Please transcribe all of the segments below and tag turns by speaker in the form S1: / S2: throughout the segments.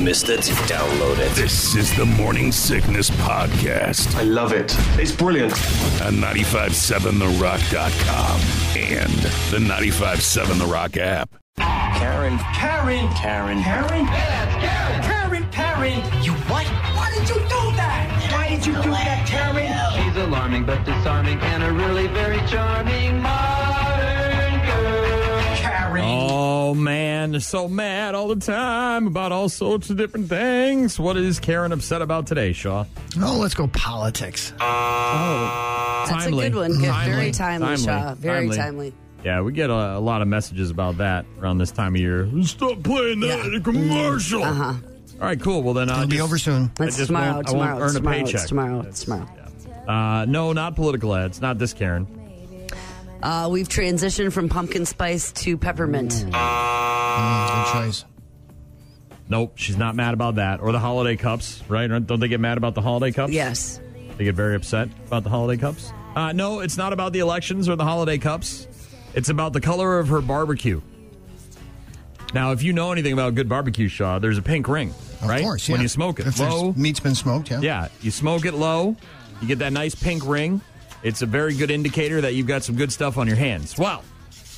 S1: missed it, download it.
S2: This is the Morning Sickness Podcast
S3: I love it. It's brilliant.
S2: on 957therock.com and the 957 The Rock app.
S1: Karen. Karen. Karen.
S4: Karen? Karen, Karen! You what? Why did you do that? Why did you do that, Karen?
S5: She's alarming but disarming and a really very charming modern girl.
S4: Karen!
S6: Oh man, so mad all the time about all sorts of different things. What is Karen upset about today, Shaw?
S7: Oh, let's go politics.
S6: Uh,
S8: That's
S6: Timely.
S8: a good one. Good.
S6: Timely.
S8: Very timely, Shaw. Very timely.
S6: Yeah, we get a, a lot of messages about that around this time of year. Stop playing that
S8: Yeah.
S6: commercial.
S8: Uh-huh.
S6: All right, cool. Well, then I'll
S7: It'll be
S6: just-
S7: over soon.
S6: I
S8: It's
S6: just
S8: tomorrow.
S6: won't- I won't
S8: tomorrow.
S6: earn
S8: it's
S6: a
S8: tomorrow.
S6: paycheck.
S8: It's tomorrow. It's
S6: That's-
S8: tomorrow.
S6: Uh, no, not political ads. Not this Karen.
S8: Uh, we've transitioned from pumpkin spice to peppermint.
S7: Good Mm, choice.
S6: Nope, she's not mad about that. Or the holiday cups, right? Aren't- Don't they get mad about the holiday cups?
S8: Yes.
S6: They get very upset about the holiday cups. Uh, no, it's not about the elections or the holiday cups. It's about the color of her barbecue. Now, if you know anything about good barbecue, Shaw, there's a pink ring,
S7: Of
S6: right?
S7: course,
S6: When
S7: yeah.
S6: you smoke it
S7: If there's-
S6: low,
S7: meat's been smoked, yeah.
S6: yeah, you smoke it low, you get that nice pink ring. It's a very good indicator that you've got some good stuff on your hands. Well,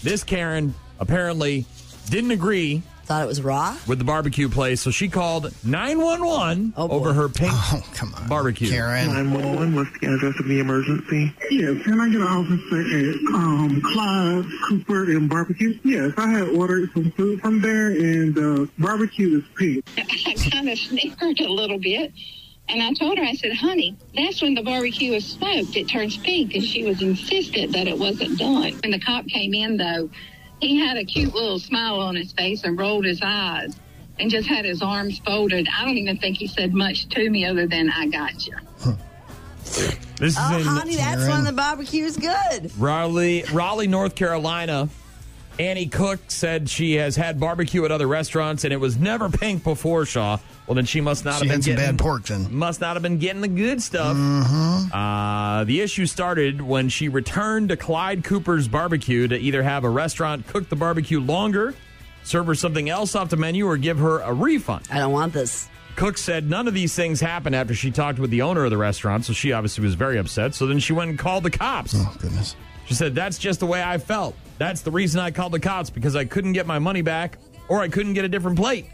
S6: this Karen apparently didn't agree
S8: Thought it was raw.
S6: with the barbecue place, so she called 911
S8: Oh, boy.
S6: over her pink
S7: Oh, come on.
S6: barbecue. Mm.
S7: Karen.
S9: 911, what's the address of the emergency?
S10: Yes, can I get an officer at um, Clive, Cooper, and Barbecue? Yes, I had ordered some food from there, and uh, barbecue is pink.
S11: I kind of snickered a little bit. And I told her, I said, honey, that's when the barbecue is smoked. It turns pink. And she was insistent that it wasn't done. When the cop came in, though, he had a cute little smile on his face and rolled his eyes and just had his arms folded. I don't even think he said much to me other than, I got you.
S6: This is
S8: Oh,
S6: in
S8: honey, that's when the barbecue is good.
S6: Raleigh, Raleigh, North Carolina. Annie Cook said she has had barbecue at other restaurants and it was never pink before Shaw. Well, then she must not have been
S7: She had some
S6: getting Mm.
S7: bad pork Mm-hmm. then.
S6: Must not have been getting the good stuff. Uh, the issue started when she returned to Clyde Cooper's barbecue to either have a restaurant cook the barbecue longer, serve her something else off the menu, or give her a refund.
S8: I don't want this.
S6: Cook said none of these things happened after she talked with the owner of the restaurant, so she obviously was very upset. So then she went and called the cops.
S7: Oh, goodness.
S6: She said, That's just the way I felt. That's the reason I called the cops because I couldn't get my money back or I couldn't get a different plate.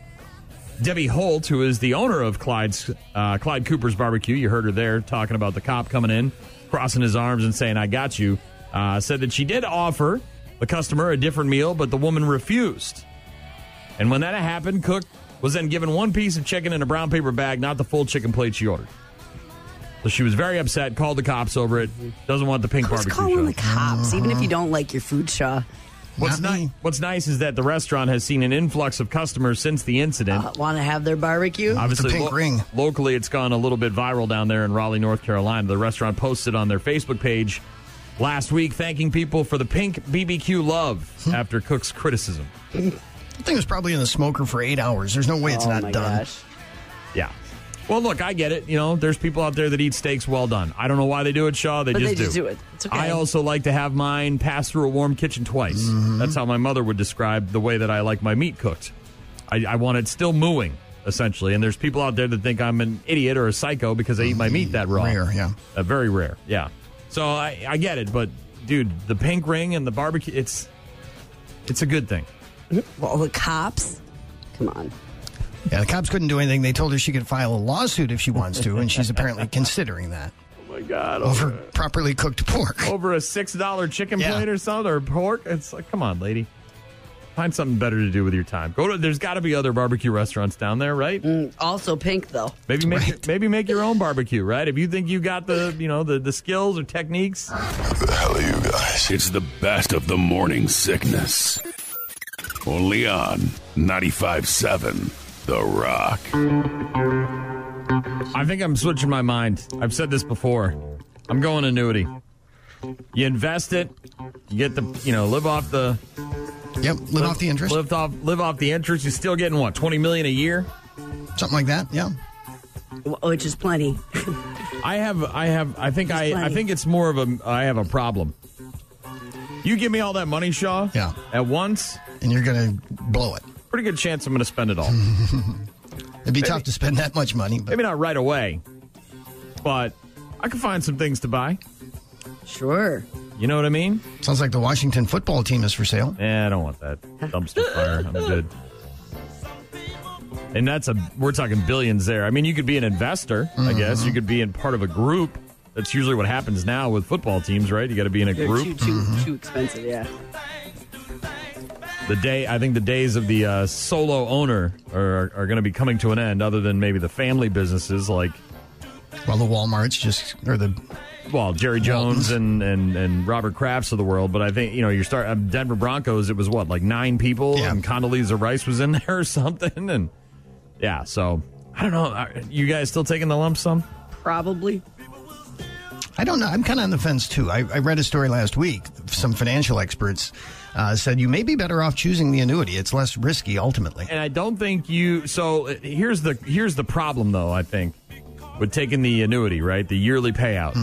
S6: Debbie Holt, who is the owner of Clyde's, uh, Clyde Cooper's Barbecue, you heard her there talking about the cop coming in, crossing his arms and saying, I got you, uh, said that she did offer the customer a different meal, but the woman refused. And when that happened, Cook was then given one piece of chicken in a brown paper bag, not the full chicken plate she ordered. So she was very upset, called the cops over it, doesn't want the pink
S8: Who's
S6: barbecue.
S8: calling
S6: sauce.
S8: the cops, even if you don't like your food, Shaw?
S6: What's
S7: Not
S6: nice?
S7: me.
S6: What's nice is that the restaurant has seen an influx of customers since the incident.
S8: Uh, want to have their barbecue?
S6: Obviously,
S7: Uh-huh. pink ring.
S6: locally, it's gone a little bit viral down there in Raleigh, North Carolina. The restaurant posted on their Facebook page last week thanking people for the pink BBQ love
S7: Hmm.
S6: after Cook's criticism.
S7: The thing was probably in the smoker for eight hours. There's no way it's
S8: oh
S7: not
S8: my
S7: done.
S8: gosh.
S6: Yeah. Well, look, I get it. You know, there's people out there that eat steaks well done. I don't know why they do it, Shaw. They,
S8: But
S6: just,
S8: they
S6: do.
S8: just do it. It's okay.
S6: I also like to have mine pass through a warm kitchen twice. That's how my mother would describe the way that I like my meat cooked. I, I want it still mooing, essentially. And there's people out there that think I'm an idiot or a psycho because I eat my meat that raw.
S7: Rare, yeah.
S6: Uh, very rare, yeah. So I, I get it, but dude, the pink ring and the barbecue, it's it's a good thing.
S8: Well, the cops? Come on.
S7: Yeah, the cops couldn't do anything. They told her she could file a lawsuit if she wants to, and she's apparently considering that
S6: Oh my God.
S7: over properly cooked pork.
S6: over a six dollar chicken
S7: Yeah.
S6: plate or something or pork. It's like, come on, lady, find something better to do with your time. Go to. There's got to be other barbecue restaurants down there, right?
S8: Mm. Also pink, though.
S6: Maybe make maybe make your own barbecue, right? If you think you got the you know the the skills or techniques,
S2: the hell are you guys? It's the best of the morning sickness. Only on 95.7 The Rock.
S6: I think I'm switching my mind. I've said this before. I'm going annuity. You invest it, you get the you know live off the
S7: Yep, live off the interest,
S6: live off live off the interest. You're still getting what twenty million a year.
S7: something like that. Yeah,
S8: Wh- Which is plenty.
S6: I have, I have, I think I, I
S8: plenty.
S6: think it's more of a, I have a problem. You give me all that money, Shaw.
S7: Yeah.
S6: At once,
S7: and you're gonna blow it.
S6: pretty good chance I'm going to spend it all.
S7: It It'd be tough to spend that much money, but
S6: Maybe not right away, but I could find some things to buy.
S8: Sure.
S6: You know what I mean?
S7: Sounds like the Washington football team is for sale.
S6: Yeah, I don't want that dumpster fire. I'm good. And that's a we're talking billions there. I mean, you could be an investor, I guess. You could be in part of a group. That's usually what happens now with football teams, right? You got to be in a
S8: They're
S6: group. Mm-hmm.
S8: too, too, too expensive, yeah.
S6: the day I think the days of the uh, solo owner are, are going to be coming to an end. Other than maybe the family businesses like
S7: well the Walmart's just or the
S6: well Jerry Jones and, and and Robert Kraft's of the world. But I think you know you start um, Denver Broncos. It was what like nine people and Condoleezza Rice was in there or something. And yeah, so I don't know. Are you guys still taking the lump sum?
S8: Probably.
S7: I don't know. I'm kind of on the fence too. I, I read a story last week. Some financial experts uh, said you may be better off choosing the annuity. It's less risky ultimately.
S6: And I don't think you. So uh, here's the here's the problem, though. I think with taking the annuity, right, the yearly payout.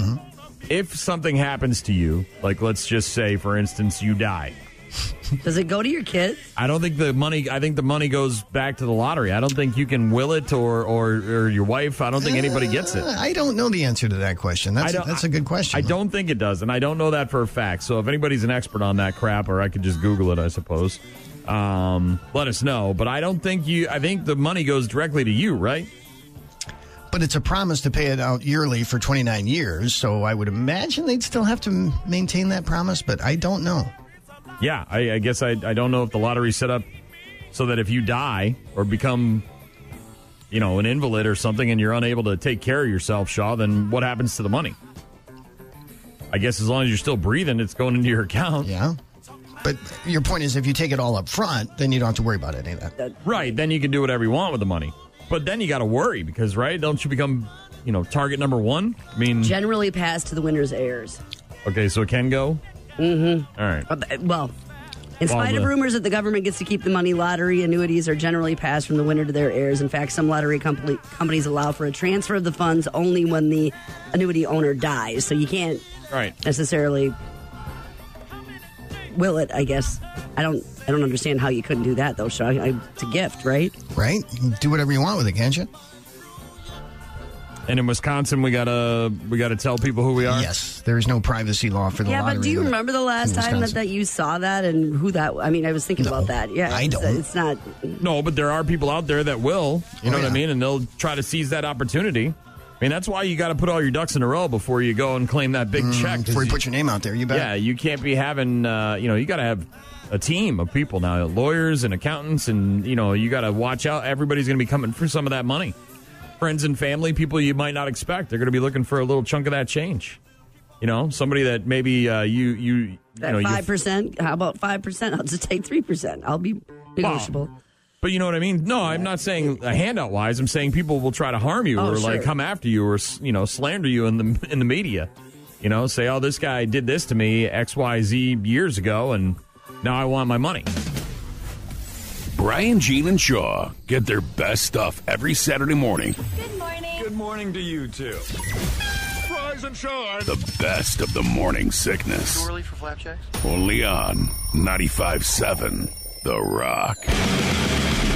S6: If something happens to you, like let's just say, for instance, you die.
S8: Does it go to your kids?
S6: I don't think the money. I think the money goes back to the lottery. I don't think you can will it or or, or your wife. I don't think anybody gets it.
S7: Uh, I don't know the answer to that question.
S6: I
S7: That's
S6: don't-
S7: that's a good question.
S6: I don't think it does, and I don't know that for a fact. So if anybody's an expert on that crap, or I could just Google it, I suppose. Um, let us know. But I don't think you. I think the money goes directly to you, right?
S7: But it's a promise to pay it out yearly for 29 years, so I would imagine they'd still have to m- maintain that promise. But I don't know.
S6: Yeah, I, I guess I, I don't know if the lottery's set up so that if you die or become, you know, an invalid or something and you're unable to take care of yourself, Shaw, then what happens to the money? I guess as long as you're still breathing, it's going into your account.
S7: Yeah. But your point is, if you take it all up front, then you don't have to worry about any of that.
S6: Right. Then you can do whatever you want with the money. But then you got to worry because, right, don't you become, you know, target number one? I mean,
S8: Generally passed to the winner's heirs.
S6: okay, so it can go?
S8: Mm-hmm.
S6: All right.
S8: Well,
S6: Well,
S8: in spite of
S6: the-
S8: rumors that the government gets to keep the money, lottery annuities are generally passed from the winner to their heirs. In fact, some lottery company, companies allow for a transfer of the funds only when the annuity owner dies. So you can't
S6: Right.
S8: necessarily will it. I guess I don't. I don't understand how you couldn't do that though. So I, I, it's a gift, right?
S7: Right? You can Do whatever you want with it, can't you?
S6: And in Wisconsin, we gotta we gotta tell people who we are.
S7: Yes, there is no privacy law for the
S8: Yeah,
S7: lottery.
S8: but do you remember the last
S7: in
S8: time that,
S7: Wisconsin.
S8: that you saw that and who that? I mean, I was thinking about that. Yeah,
S7: I
S8: it's-
S7: don't.
S8: It's not.
S6: No, but there are people out there that will. You know
S7: Oh,
S6: what I
S7: yeah.
S6: mean? And they'll try to seize that opportunity. I mean, that's why you got to put all your ducks in a row before you go and claim that big check. 'cause
S7: Mm, Before you put your name out there, you bet.
S6: yeah, you can't be having, uh, you know, you got to have a team of people now lawyers and accountants, and, you know, you got to watch out. Everybody's going to be coming for some of that money. Friends and family, people you might not expect, they're going to be looking for a little chunk of that change. You know, somebody that maybe uh, you, you, you know,
S8: That
S6: you
S8: five percent? How about five percent? I'll just take three percent. I'll be negotiable.
S6: But you know what I mean? No, I'm not saying a handout wise. I'm saying people will try to harm you
S8: Oh,
S6: or like
S8: sure.
S6: come after you or you know slander you in the in the media. You know, say, "Oh, this guy did this to me X Y Z years ago, and now I want my money."
S2: Brian, Gene, and Shaw get their best stuff every Saturday morning.
S12: Good morning.
S2: Good morning to you too. Rise and shine. The best of the morning sickness.
S12: early for flapjacks?
S2: Only on 95.7 The Rock.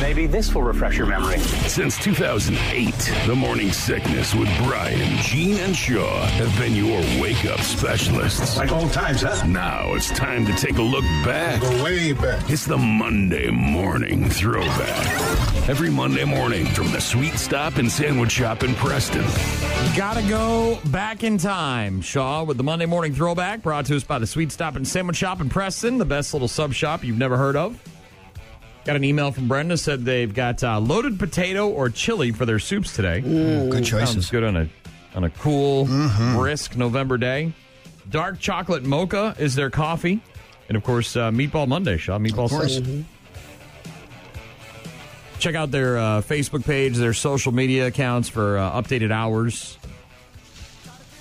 S1: Maybe this will refresh your memory.
S2: Since 2008, The Morning Sickness with Brian, Gene, and Shaw have been your wake up specialists.
S13: Like old times, huh?
S2: Now it's time to take a look back. Go way back. It's the Monday Morning Throwback. Every Monday morning from the Sweet Stop and Sandwich Shop in Preston.
S6: Gotta go back in time, Shaw, with the Monday morning throwback brought to us by the Sweet Stop and Sandwich Shop in Preston, the best little sub shop you've never heard of. Got an email from Brenda said they've got uh, loaded potato or chili for their soups today.
S7: good choices.
S6: Sounds good on a on a cool, brisk November day. Dark chocolate mocha is their coffee, and of course, uh, Meatball Monday, Shaw. Meatball
S7: course.
S6: Sunday. Check out their uh, Facebook page, their social media accounts for uh, updated hours.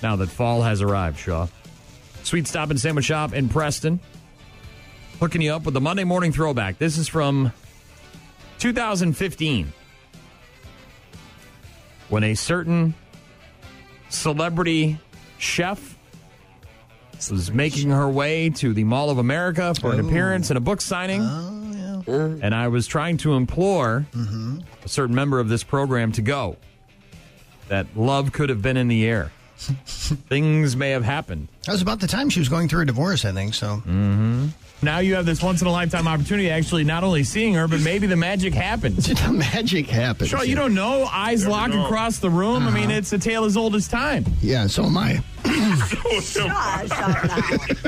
S6: Now that fall has arrived, Shaw. Sweet Stop and Sandwich Shop in Preston, hooking you up with the Monday morning throwback. This is from 2015, when a certain celebrity chef was making her way to the Mall of America for an appearance and a book signing.
S7: Oh, yeah. Mm-hmm.
S6: and I was trying to implore a certain member of this program to go. That love could have been in the air. Things may have happened.
S7: That was about the time she was going through a divorce, I think. So
S6: Mm-hmm. Now you have this once in a lifetime opportunity, to actually, not only seeing her, but maybe the magic happens.
S7: the magic happens.
S6: Sure, you don't know. Eyes
S7: Never
S6: locked
S7: know.
S6: across the room. I mean,
S7: Uh-huh.
S6: it's a tale as old as time.
S7: Yeah, so am I.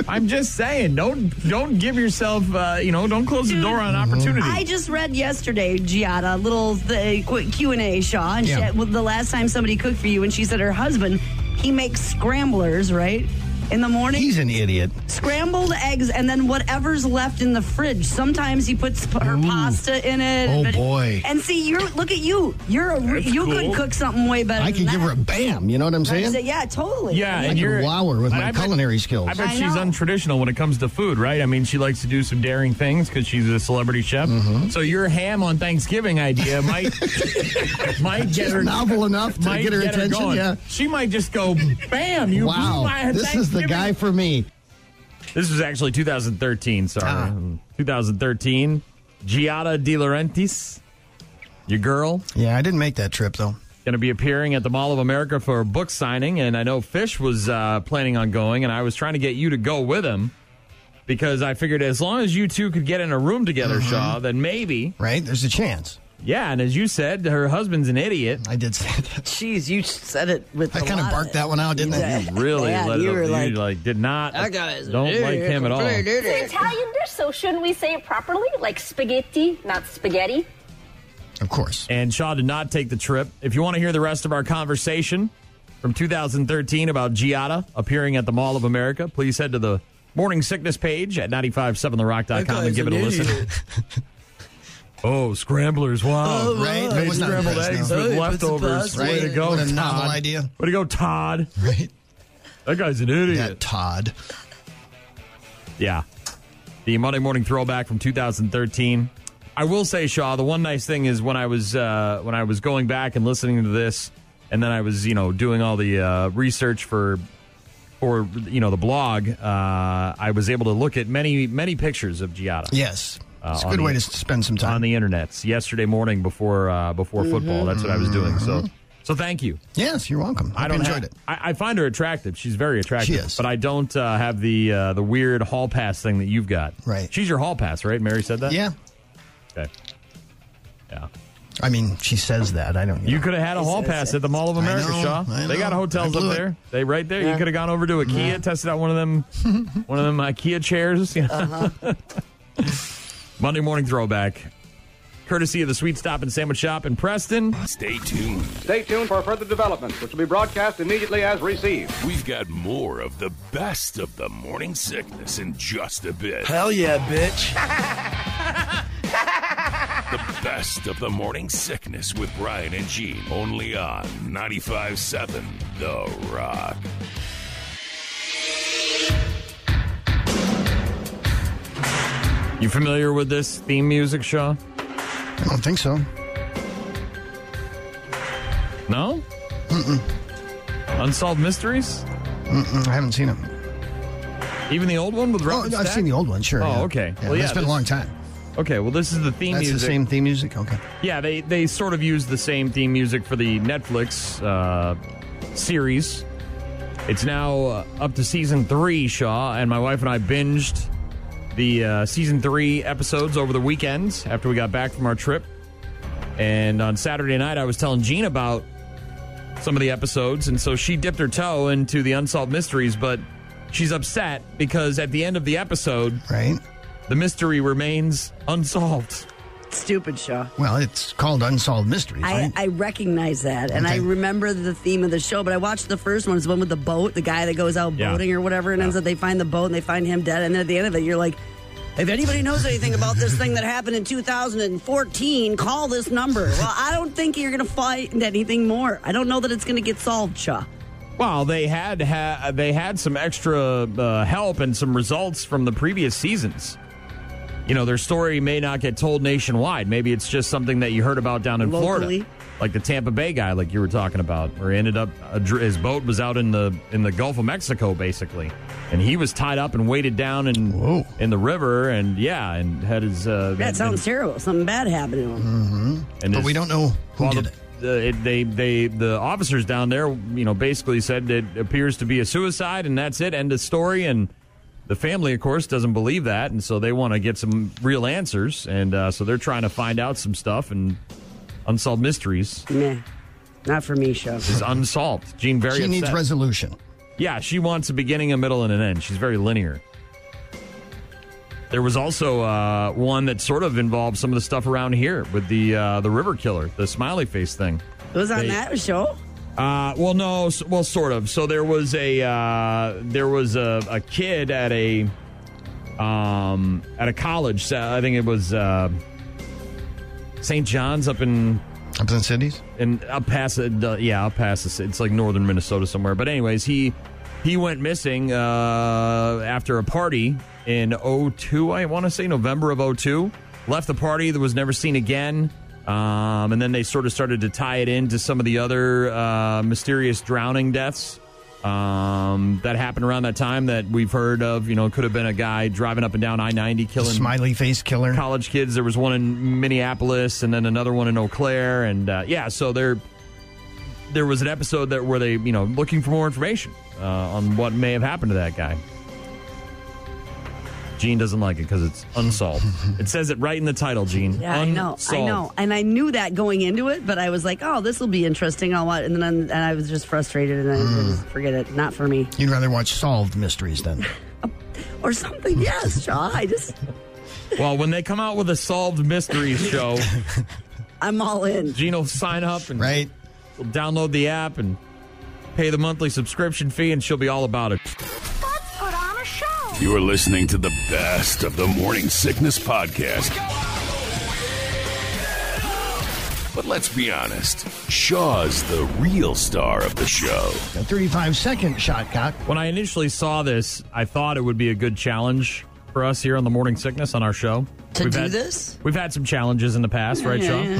S6: I'm just saying, don't don't give yourself, uh, you know, don't close the door on opportunity.
S8: I just read yesterday, Giada, little the quick Q and A, Shaw, and she-
S6: Yeah.
S8: well, the last time somebody cooked for you, and she said her husband, he makes scramblers, right? In the morning,
S7: he's an idiot.
S8: Scrambled eggs, and then whatever's left in the fridge. Sometimes he puts p- her pasta in it.
S7: Oh,
S8: but-
S7: boy.
S8: And see, you're look at you. You're a re- you could cook something way better.
S7: I
S8: than
S7: could give
S8: that.
S7: her a bam. You know what I'm
S8: Right,
S7: saying?
S8: so- yeah, totally.
S6: Yeah,
S7: I
S6: and
S7: could
S6: you're
S7: wow her with
S6: and
S7: my
S6: I bet-
S7: culinary skills.
S6: I bet
S8: I
S6: she's
S8: know.
S6: untraditional when it comes to food, right? I mean, she likes to do some daring things because she's a celebrity chef.
S7: Mm-hmm.
S6: So your ham on Thanksgiving idea might might get
S7: Just
S6: her
S7: novel enough to
S6: might
S7: get her attention,
S6: going.
S7: yeah.
S6: she might just go, "Bam! You blew
S7: wow,
S6: my
S7: this is the
S6: Thanksgiving."
S7: guy for me.
S6: This was actually 2013. Sorry,
S7: Ah.
S6: 2013. Giada De Laurentiis, your girl.
S7: Yeah, I didn't make that trip though.
S6: Going to be appearing at the Mall of America for a book signing, and I know Fish was uh, planning on going, and I was trying to get you to go with him because I figured as long as you two could get in a room together, Shaw, then maybe
S7: right there's a chance.
S6: Yeah, and as you said, her husband's an idiot.
S7: I did say that.
S8: Jeez, you said it with.
S7: I kind of barked that one out, didn't I?
S6: You really
S7: Yeah,
S6: let
S7: you
S6: it,
S7: were
S6: you
S7: like,
S6: like, did not.
S7: "That guy is an
S6: don't
S7: idiot,
S6: like him at all.
S7: complete idiot."
S12: It's Italian dish, so shouldn't we say it properly? Like spaghetti, not spaghetti.
S7: Of course.
S6: And Shaw did not take the trip. If you want to hear the rest of our conversation from 2013 about Giada appearing at the Mall of America, please head to the Morning Sickness page at 957therock.com and give it a listen. oh, scramblers. Wow.
S7: Oh, right? I
S6: Made
S7: was not
S6: scrambled
S7: impressed,
S6: eggs
S7: no.
S6: with
S7: Oh, he puts the
S6: leftovers.
S7: pasta
S6: Way to
S7: in.
S6: go,
S7: What a
S6: Todd.
S7: novel idea.
S6: Way to go, Todd.
S7: Right.
S6: That guy's an idiot.
S7: Todd.
S6: Yeah. The Monday morning throwback from 2013. I will say, Shaw, the one nice thing is when I was uh, when I was going back and listening to this, and then I was you know doing all the uh, research for for you know the blog. Uh, I was able to look at many many pictures of Giada.
S7: Yes,
S6: Uh,
S7: it's a
S6: on
S7: good
S6: the-
S7: way to s- spend some time
S6: on the internets yesterday morning before uh, before football. That's what I was doing. So so thank you.
S7: Yes, you're welcome.
S6: I
S7: Hope
S6: don't
S7: you enjoyed
S6: have- I, I find her attractive. She's very attractive.
S7: She is.
S6: But I don't uh, have the uh, the weird hall pass thing that you've got. Right. She's your hall pass, right? Mary said that.
S7: Yeah.
S6: Okay. Yeah.
S7: I mean, she says that. I don't.
S6: You could have had a hall pass at the Mall of
S7: I
S6: America,
S7: know,
S6: Shaw.
S7: I
S6: They
S7: know.
S6: got hotels
S7: I blew
S6: up
S7: it.
S6: there. They right there. You
S7: Yeah.
S6: could have gone over to IKEA, tested out one of them, one of them IKEA chairs. you know.
S7: Uh-huh.
S6: Monday morning throwback, courtesy of the Sweet Stop and Sandwich Shop in Preston.
S2: Stay tuned.
S13: Stay tuned for further developments, which will be broadcast immediately as received.
S2: We've got more of the best of the morning sickness in just a bit.
S14: Hell yeah, bitch.
S2: The best of the morning sickness with Brian and Gene. Only on 95.7 The Rock.
S6: You familiar with this theme music, Shaw?
S7: I don't think so.
S6: No.
S7: Mm-mm.
S6: Unsolved Mysteries.
S7: Mm-mm. I haven't seen it.
S6: Even the old one with
S7: Oh,
S6: Robert
S7: I've
S6: Stack?
S7: seen the old one. Sure.
S6: Oh,
S7: yeah.
S6: okay.
S7: Yeah,
S6: Well, yeah,
S7: it's been
S6: this-
S7: a long time.
S6: Okay, well, this is the theme
S7: That's
S6: music.
S7: the same theme music. Okay.
S6: Yeah, they, they sort of use the same theme music for the Netflix uh, series. It's now uh, up to season three, Shaw, and my wife and I binged the uh, season three episodes over the weekend after we got back from our trip. And on Saturday night, I was telling Gene about some of the episodes, and so she dipped her toe into the unsolved mysteries, but she's upset because at the end of the episode,
S7: right,
S6: the mystery remains unsolved.
S8: Stupid Shaw.
S7: Well, it's called Unsolved Mysteries.
S8: I,
S7: right?
S8: I recognize that, and I
S7: Okay.
S8: remember the theme of the show. But I watched the first one. It's the one with the boat, the guy that goes out
S7: Yeah.
S8: boating or whatever, and ends up they find the boat and they find him dead. And then at the end of it, you're like, if anybody knows anything about this thing that happened in 2014, call this number. Well, I don't think you're going to find anything more. I don't know that it's going to get solved, Shaw.
S6: Well, they had ha- they had some extra uh, help and some results from the previous seasons. You know, their story may not get told nationwide. Maybe it's just something that you heard about down in
S8: Locally.
S6: Florida. like the Tampa Bay guy, like you were talking about, where he ended up uh, dr- his boat was out in the in the Gulf of Mexico, basically, and he was tied up and weighted down in in the river, and yeah, and had his uh,
S8: That
S6: and-
S8: sounds terrible. Something bad happened to
S7: Mm-hmm.
S8: him.
S6: and
S7: But
S6: his-
S7: we don't know who
S6: well,
S7: did
S6: the, the- it- they they the officers down there, you know, basically said it appears to be a suicide, and that's it, end of story, and. The family, of course, doesn't believe that, and so they want to get some real answers, and uh, so they're trying to find out some stuff and unsolved mysteries.
S8: Meh. Not for me, show.
S6: This is unsolved. Gene very
S7: She needs
S6: upset.
S7: resolution.
S6: Yeah, she wants a beginning, a middle, and an end. She's very linear. There was also uh, one that sort of involved some of the stuff around here with the uh, the river killer, the smiley face thing.
S8: It was on
S6: They-
S8: that show.
S6: Uh, well, no, s- well, sort of. So there was a uh, there was a, a kid at a um, at a college. So I think it was uh, St. John's up in
S7: up in the cities
S6: and up past uh, yeah, up past the ci- it's like northern Minnesota somewhere. But anyways, he he went missing uh, after a party in 02, I want to say November of 02. Left the party that was never seen again. Um, and then they sort of started to tie it into some of the other uh, mysterious drowning deaths um, that happened around that time that we've heard of. You know, it could have been a guy driving up and down I 90 killing
S7: Smiley face killer.
S6: college kids. There was one in Minneapolis, and then another one in Eau Claire, and uh, yeah. So there, there was an episode that where they, you know, looking for more information uh, on what may have happened to that guy. Gene doesn't like it because it's unsolved. it says it right in the title, Gene.
S8: Yeah, I know. I
S6: Unsolved.
S8: know. And I knew that going into it, but I was like, oh, this will be interesting. I'll watch. And then I'm, and I was just frustrated and I I just forget it. Not for me.
S7: You'd rather watch solved mysteries then.
S8: Or something. Yes, Shaw. I just,
S6: Well, when they come out with a solved mysteries show,
S8: I'm all in.
S6: Gene will sign up and right. download the app and pay the monthly subscription fee, and she'll be all about it.
S2: You're listening to the best of the Morning Sickness Podcast. But let's be honest, Shaw's the real star of the show.
S7: A 35 second shot cock.
S6: When I initially saw this, I thought it would be a good challenge for us here on the Morning Sickness on our show.
S8: To do
S6: had,
S8: this?
S6: we've had some challenges in the past,
S8: Yeah,
S6: right,
S8: yeah,
S6: Sean?
S8: yeah.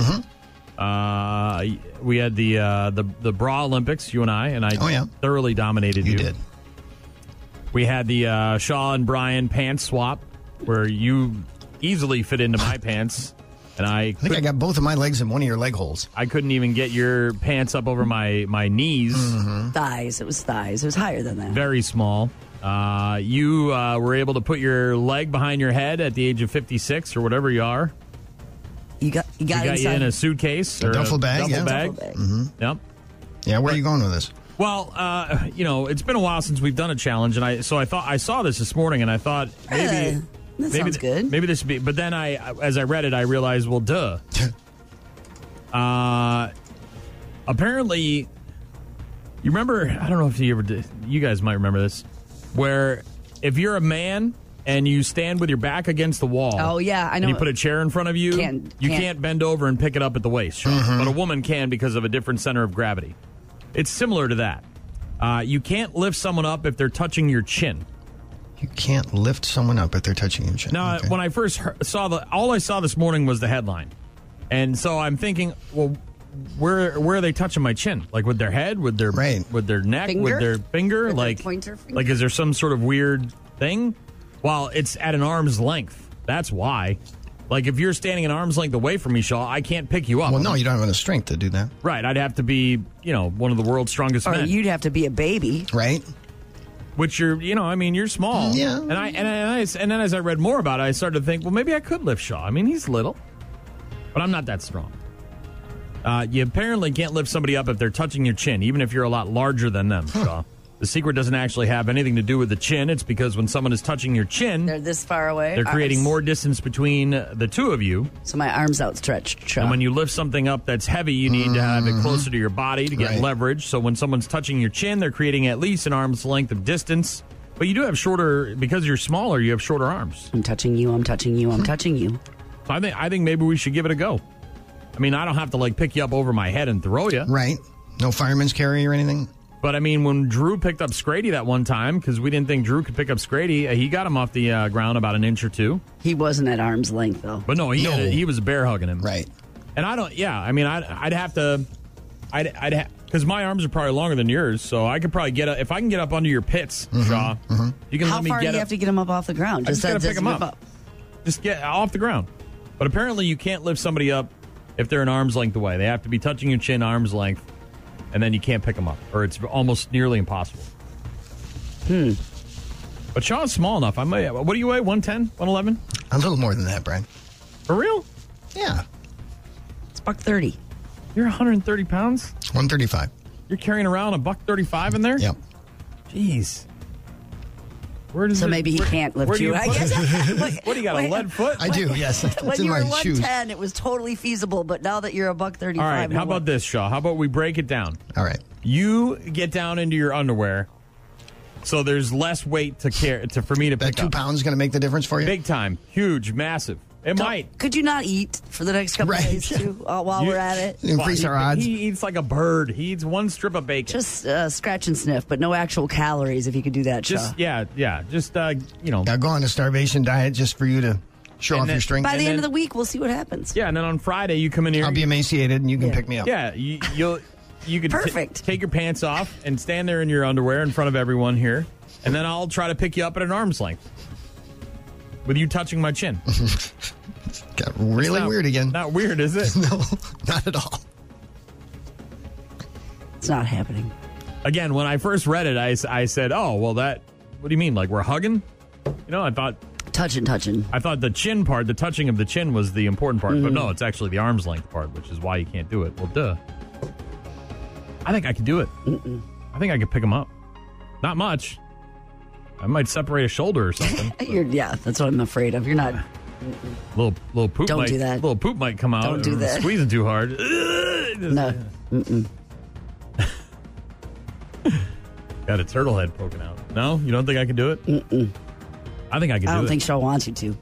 S8: Mhm.
S6: Uh, we had the uh, the the bra Olympics, you and I, and I thoroughly dominated Oh, you. You did. We had the uh, Shaw and Brian pants swap, where you easily fit into my pants, and I
S7: I think I got both of my legs in one of your leg holes.
S6: I couldn't even get your pants up over my my knees.
S8: Thighs. It was thighs. It was higher than that.
S6: Very small. Uh, you uh, were able to put your leg behind your head at the age of 56 or whatever you are.
S8: You got you got
S6: you,
S8: inside-
S6: in a suitcase
S7: A
S6: or
S7: duffel bag,
S6: duffel
S7: yeah.
S6: bag.
S7: Duffel bag.
S6: Yep.
S7: Yeah, where are you going with this?
S6: Well, uh, you know, it's been a while since we've done a challenge, and I so I thought I saw this this morning, and I thought maybe
S8: Eh, that
S6: maybe
S8: sounds good.
S6: Maybe this would be. But then I, as I read it, I realized, well, duh. uh, apparently, you remember? I don't know if you ever did. You guys might remember this, where if you're a man and you stand with your back against the wall.
S8: Oh, yeah, I
S6: And you
S8: know.
S6: put a chair in front of you.
S8: Can't-
S6: you
S8: can't.
S6: can't bend over and pick it up at the waist, Sean, but a woman can because of a different center of gravity. It's similar to that. Uh, you can't lift someone up if they're touching your chin.
S7: You can't lift someone up if they're touching your chin.
S6: Now, when I first heard, saw the, all I saw this morning was the headline, and so I'm thinking, well, where where are they touching my chin? Like with their head, with their with their neck,
S8: Finger?
S6: with their finger, like
S8: pointer finger?
S6: like is there some sort of weird thing? Well, it's at an arm's length. That's why. Like if you're standing an arm's length away from me, Shaw, I can't pick you up.
S7: Well, no, you don't have the strength to do that.
S6: Right, I'd have to be, you know, one of the world's strongest
S8: or
S6: men.
S8: you'd have to be a baby.
S7: Right.
S6: which you're, you know, I mean, you're small.
S8: Yeah.
S6: And I and I, and I and then as I read more about it, I started to think, well, maybe I could lift Shaw. I mean, he's little, but I'm not that strong. Uh, you apparently can't lift somebody up if they're touching your chin, even if you're a lot larger than them, Shaw. The secret doesn't actually have anything to do with the chin. It's because when someone is touching your chin,
S8: They're this far away.
S6: they're creating
S8: Arms.
S6: more distance between the two of you.
S8: So my arms outstretched. Shaw.
S6: And when you lift something up that's heavy, you need to have it closer to your body to get leverage. So when someone's touching your chin, they're creating at least an arm's length of distance. But you do have shorter because you're smaller. You have shorter arms.
S8: I'm touching you. I'm touching you. I'm
S6: Hmm.
S8: touching you.
S6: So I think I think maybe we should give it a go. I mean, I don't have to like pick you up over my head and throw you.
S7: Right. No fireman's carry or anything.
S6: But I mean, when Drew picked up Scrady that one time because we didn't think Drew could pick up Scrady, uh, he got him off the uh, ground about an inch or two.
S8: He wasn't at arm's length though.
S6: But no, he had a- he was bear hugging him.
S7: Right.
S6: And I don't. Yeah, I mean, I'd, I'd have to. I'd I'd because my arms are probably longer than yours, so I could probably get up if I can get up under your pits, Shaw. You can
S8: Mm-hmm, How
S6: let me
S8: far do
S6: get
S8: you
S6: up.
S8: have to get him up off the ground?
S6: I just gotta
S8: that-
S6: pick him
S8: rip
S6: up. Just get off the ground. But apparently, you can't lift somebody up if they're an arm's length away. They have to be touching your chin, arm's length, and then you can't pick them up, or it's almost nearly impossible. Hmm. But Shaw's small enough. I might. What do you weigh? 110? 111?
S7: A little more than that, Brian.
S6: For real?
S7: Yeah.
S6: It's buck 30. You're 130 pounds?
S7: 135.
S6: You're carrying around a buck 35 in there? Yep. Jeez. Where does
S8: So
S6: it-
S8: maybe he
S6: where-
S8: can't lift
S6: where do
S8: you. I
S6: put
S8: guess.
S6: it? what do you got, a lead foot?
S7: I do, yes.
S8: when
S7: It's in
S8: you were
S7: my shoes.
S8: 110, it was totally feasible, but now that you're a buck 35,
S6: All right, how about this, Shaw? How about we break it down?
S7: All right.
S6: You get down into your underwear, so there's less weight to care to for me to pick
S7: Two
S6: up.
S7: pounds going to make the difference for you?
S6: Big time, huge, massive. It might.
S8: Could you not eat for the next couple
S7: Right.
S8: days, too, uh, while
S6: You-
S8: we're at it?
S6: Well, he- He eats like a bird. He eats one strip of bacon.
S8: Just uh, scratch and sniff, but no actual calories if you could do that, Shaw.
S6: Just yeah, yeah. Just uh, you know.
S7: Now go on a starvation diet just for you to show
S6: And
S7: off
S6: then-
S7: your strength.
S8: By the end of the week, we'll see what happens.
S6: Yeah, and then on Friday you come in here.
S7: I'll be emaciated and you can pick me up.
S6: Yeah, you, you'll you could t- take your pants off and stand there in your underwear in front of everyone here, and then I'll try to pick you up at an arm's length with you touching my chin.
S7: Got really weird again.
S6: Not weird, is it?
S7: no, not at all.
S8: It's not happening.
S6: Again, when I first read it, I, s- I said, "Oh, well, that. What do you mean? Like we're hugging? You know, I thought
S8: touching, touching.
S6: I thought the chin part, the touching of the chin, was the important part,
S8: Mm-hmm.
S6: but no, it's actually the arm's length part, which is why you can't do it. Well, duh. I think I could do it. I think I could pick him up. Not much. I might separate a shoulder or something.
S8: You're, yeah, that's what I'm afraid of. You're not.
S6: little little poop
S8: Don't
S6: might
S8: do that.
S6: little poop might come out.
S8: Don't do
S6: I'm
S8: that.
S6: Squeezing too hard.
S8: no. Mm-mm.
S6: Got a turtle head poking out. No, you don't think I could do it? Mm-mm. I think I could.
S8: I don't
S6: do
S8: think
S6: it.
S8: she'll want you to.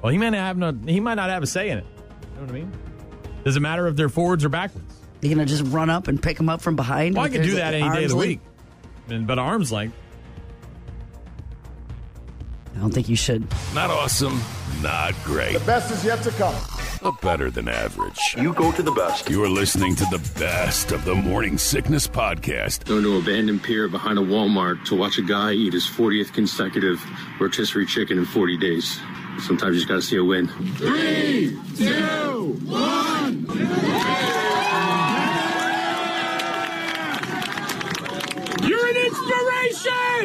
S6: Well, he might not have no. He might not have a say in it. You know what I mean? Does it matter if they're forwards or backwards?
S8: You're going to just run up and pick him up from behind?
S6: Well, I
S8: If
S6: could do
S8: there's
S6: that
S8: an
S6: any day of
S8: arm's
S6: the
S8: length?
S6: week. And, but arms length,
S8: I don't think you should.
S2: Not awesome, not great,
S14: best is yet to come.
S2: but better than average. You go to the best. You're listening to the best of the Morning Sickness Podcast.
S15: Going to abandoned pier behind a Walmart to watch a guy eat his 40th consecutive rotisserie chicken in 40 days. Sometimes you just got to see a win.
S4: Three, two, one. You're an inspiration!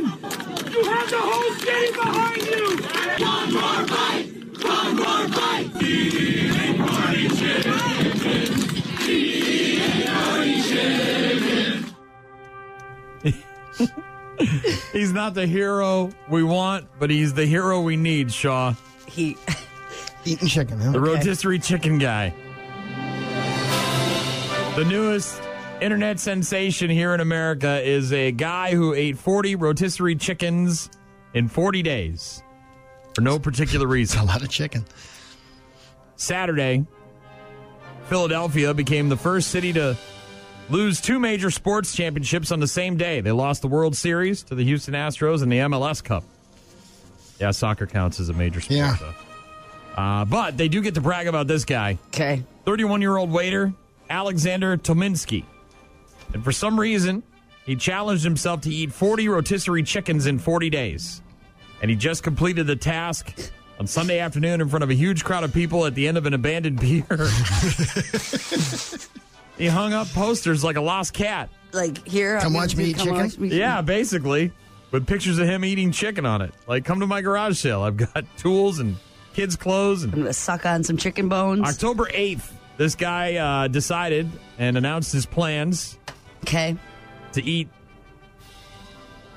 S4: You have the whole city behind you! One more fight! One more fight!
S6: he's not the hero we want, but he's the hero we need. Shaw,
S8: he
S7: eating chicken. Huh?
S6: the rotisserie chicken guy, the newest internet sensation here in America is a guy who ate forty rotisserie chickens in forty days for no particular reason.
S7: A lot of chicken.
S6: Saturday, Philadelphia became the first city to lose two major sports championships on the same day. They lost the World Series to the Houston Astros and the MLS Cup. Yeah, soccer counts as a major sport.
S7: Yeah.
S6: though. Uh, but they do get to brag about this guy.
S8: Okay.
S6: 31 year old waiter, Alexander Tominski. And for some reason, he challenged himself to eat 40 rotisserie chickens in 40 days. And he just completed the task on Sunday afternoon in front of a huge crowd of people at the end of an abandoned pier. he hung up posters like a lost cat.
S8: Like, here. I'm
S7: Come
S8: gonna
S7: watch me
S8: do-
S7: eat
S8: come
S7: chicken?
S8: watch me-
S6: Yeah, basically, with pictures of him eating chicken on it. Like, come to my garage sale. I've got tools and kids' clothes. And I'm
S8: going to suck on some chicken bones.
S6: October 8th, this guy uh, decided and announced his plans.
S8: Okay.
S6: To eat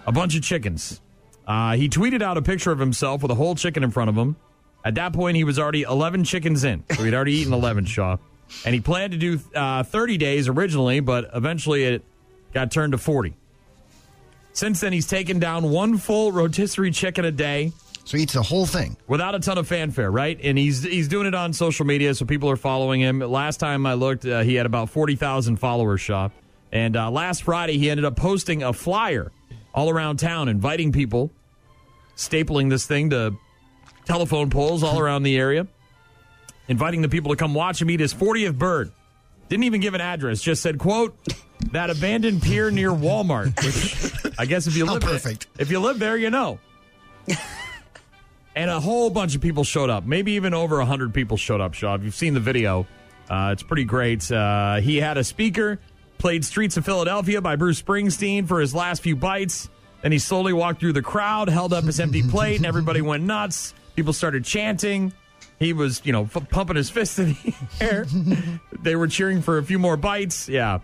S6: a bunch of chickens. Uh, he tweeted out a picture of himself with a whole chicken in front of him. At that point, he was already 11 chickens in. So he'd already eaten 11, Shaw. And he planned to do uh, 30 days originally, but eventually it got turned to 40. Since then, he's taken down one full rotisserie chicken a day.
S7: So he eats the whole thing
S6: without a ton of fanfare, right? And he's he's doing it on social media, so people are following him. Last time I looked, uh, he had about forty thousand followers. Shop, and uh, last Friday he ended up posting a flyer all around town, inviting people, stapling this thing to telephone poles all around the area. inviting the people to come watch him eat his 40th bird. Didn't even give an address, just said, quote, that abandoned pier near Walmart, which I guess if you live perfect. if you live there, you know. and a whole bunch of people showed up. Maybe even over 100 people showed up, Shaw. If you've seen the video, uh, it's pretty great. Uh, he had a speaker, played Streets of Philadelphia by Bruce Springsteen for his last few bites. Then he slowly walked through the crowd, held up his empty plate, and everybody went nuts. People started chanting. He was, you know, f- pumping his fist in the air. they were cheering for a few more bites. Yeah.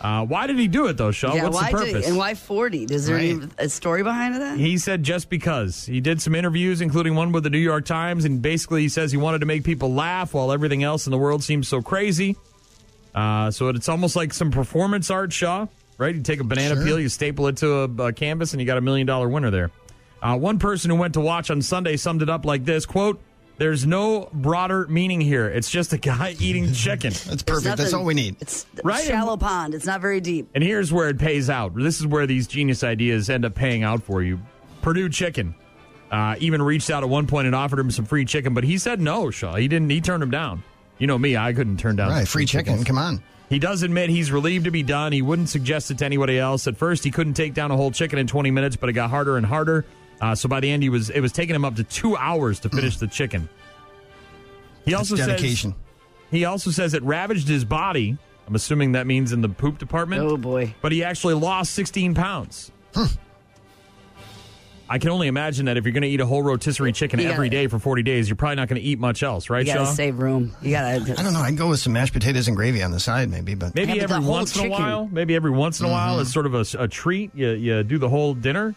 S6: Uh, why did he do it, though, Shaw?
S8: yeah,
S6: Oh, What's
S8: why
S6: the
S8: did-
S6: purpose?
S8: and why 40? Is there any,
S6: Right.
S8: a story behind that?
S6: He said just because. He did some interviews, including one with the New York Times, and basically he says he wanted to make people laugh while everything else in the world seems so crazy. Uh, so it's almost like some performance art, Shaw, right? You take a banana
S14: Sure.
S6: peel, you staple it to a, a canvas, and you got a million dollar winner there. Uh, one person who went to watch on Sunday summed it up like this quote, there's no broader meaning here. It's just a guy eating chicken. That's
S8: There's nothing- It's
S6: Right?
S8: shallow pond. It's not very deep.
S6: And here's where it pays out. This is where these genius ideas end up paying out for you. Purdue Chicken uh, even reached out at one point and offered him some free chicken, but he said no, Shaw. He didn't. He turned him down. You know me, I couldn't turn down
S7: Right,
S6: some
S7: free chicken,
S6: chickens.
S7: come on.
S6: He does admit he's relieved to be done. He wouldn't suggest it to anybody else. At first, he couldn't take down a whole chicken in 20 minutes, but it got harder and harder. Uh, so by the end, he was it was taking him up to two hours to finish the chicken. He
S7: That's
S6: also
S7: dedication.
S6: says he also says it ravaged his body. I'm assuming that means in the poop department. Oh boy! But he actually lost 16 pounds.
S8: Hmm.
S6: I can only imagine that if you're going to eat a whole rotisserie chicken
S7: You
S6: every
S7: gotta-
S6: day for 40 days, you're probably not going to eat much else, right, Shaw?
S7: room. You gotta. I don't know. I'd go with some mashed potatoes and gravy on the side, maybe. But
S6: Maybe every once in a while. Maybe every once in a
S8: Mm-hmm.
S6: while is sort of a, a treat. You, you do the whole dinner,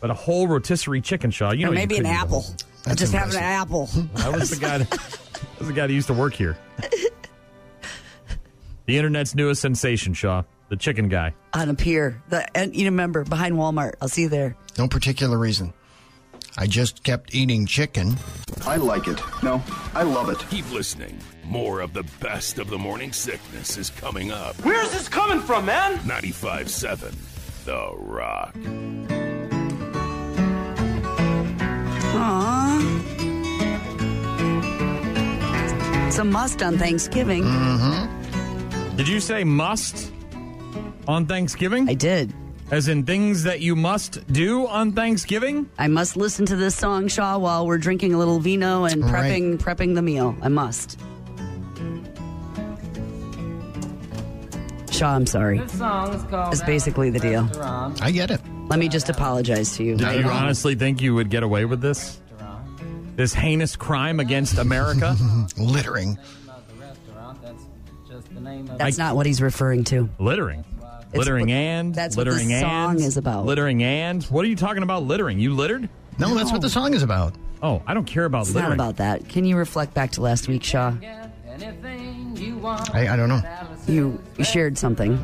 S6: but a whole rotisserie chicken shaw. You know,
S8: or
S6: you
S8: maybe an
S6: couldn't eat the
S8: apple.
S6: whole-
S8: Just having an apple.
S6: I was the guy. That, I was the guy that used to work here. The internet's newest sensation, Shaw, the chicken guy.
S8: on a pier. The, and you remember behind Walmart. I'll see you there.
S7: No particular reason. I just kept eating chicken.
S3: I like it. No, I love it.
S2: Keep listening. More of the best of the morning sickness is coming up.
S4: Where's this coming from, man?
S2: 95.7 The Rock.
S8: Aww. It's a must on Thanksgiving.
S7: Mm.
S8: Mm-hmm.
S6: Did you say must on Thanksgiving? I
S8: did.
S6: As in things that you must do on Thanksgiving?
S8: I must listen to this song, Shaw, while we're drinking a little vino and prepping prepping the meal. I must. Shaw, I'm sorry.
S16: This song is called
S8: It's basically the deal.
S16: Restaurant.
S7: I get it.
S8: Let me just apologize to you.
S6: Do you honestly think you would get away with this? This heinous crime against America?
S7: Littering.
S8: That's not what he's referring to.
S6: Littering.
S8: It's
S6: Littering
S8: what-
S6: and
S8: that's what
S6: littering
S8: this song
S6: and
S8: is about.
S6: Littering and what are you talking about? Littering? You littered?
S7: No, that's what the song is about.
S6: Oh, I don't care about
S8: It's not
S6: littering.
S8: about that. Can you reflect back to last week, Shaw?
S7: I, I don't know.
S8: You you shared something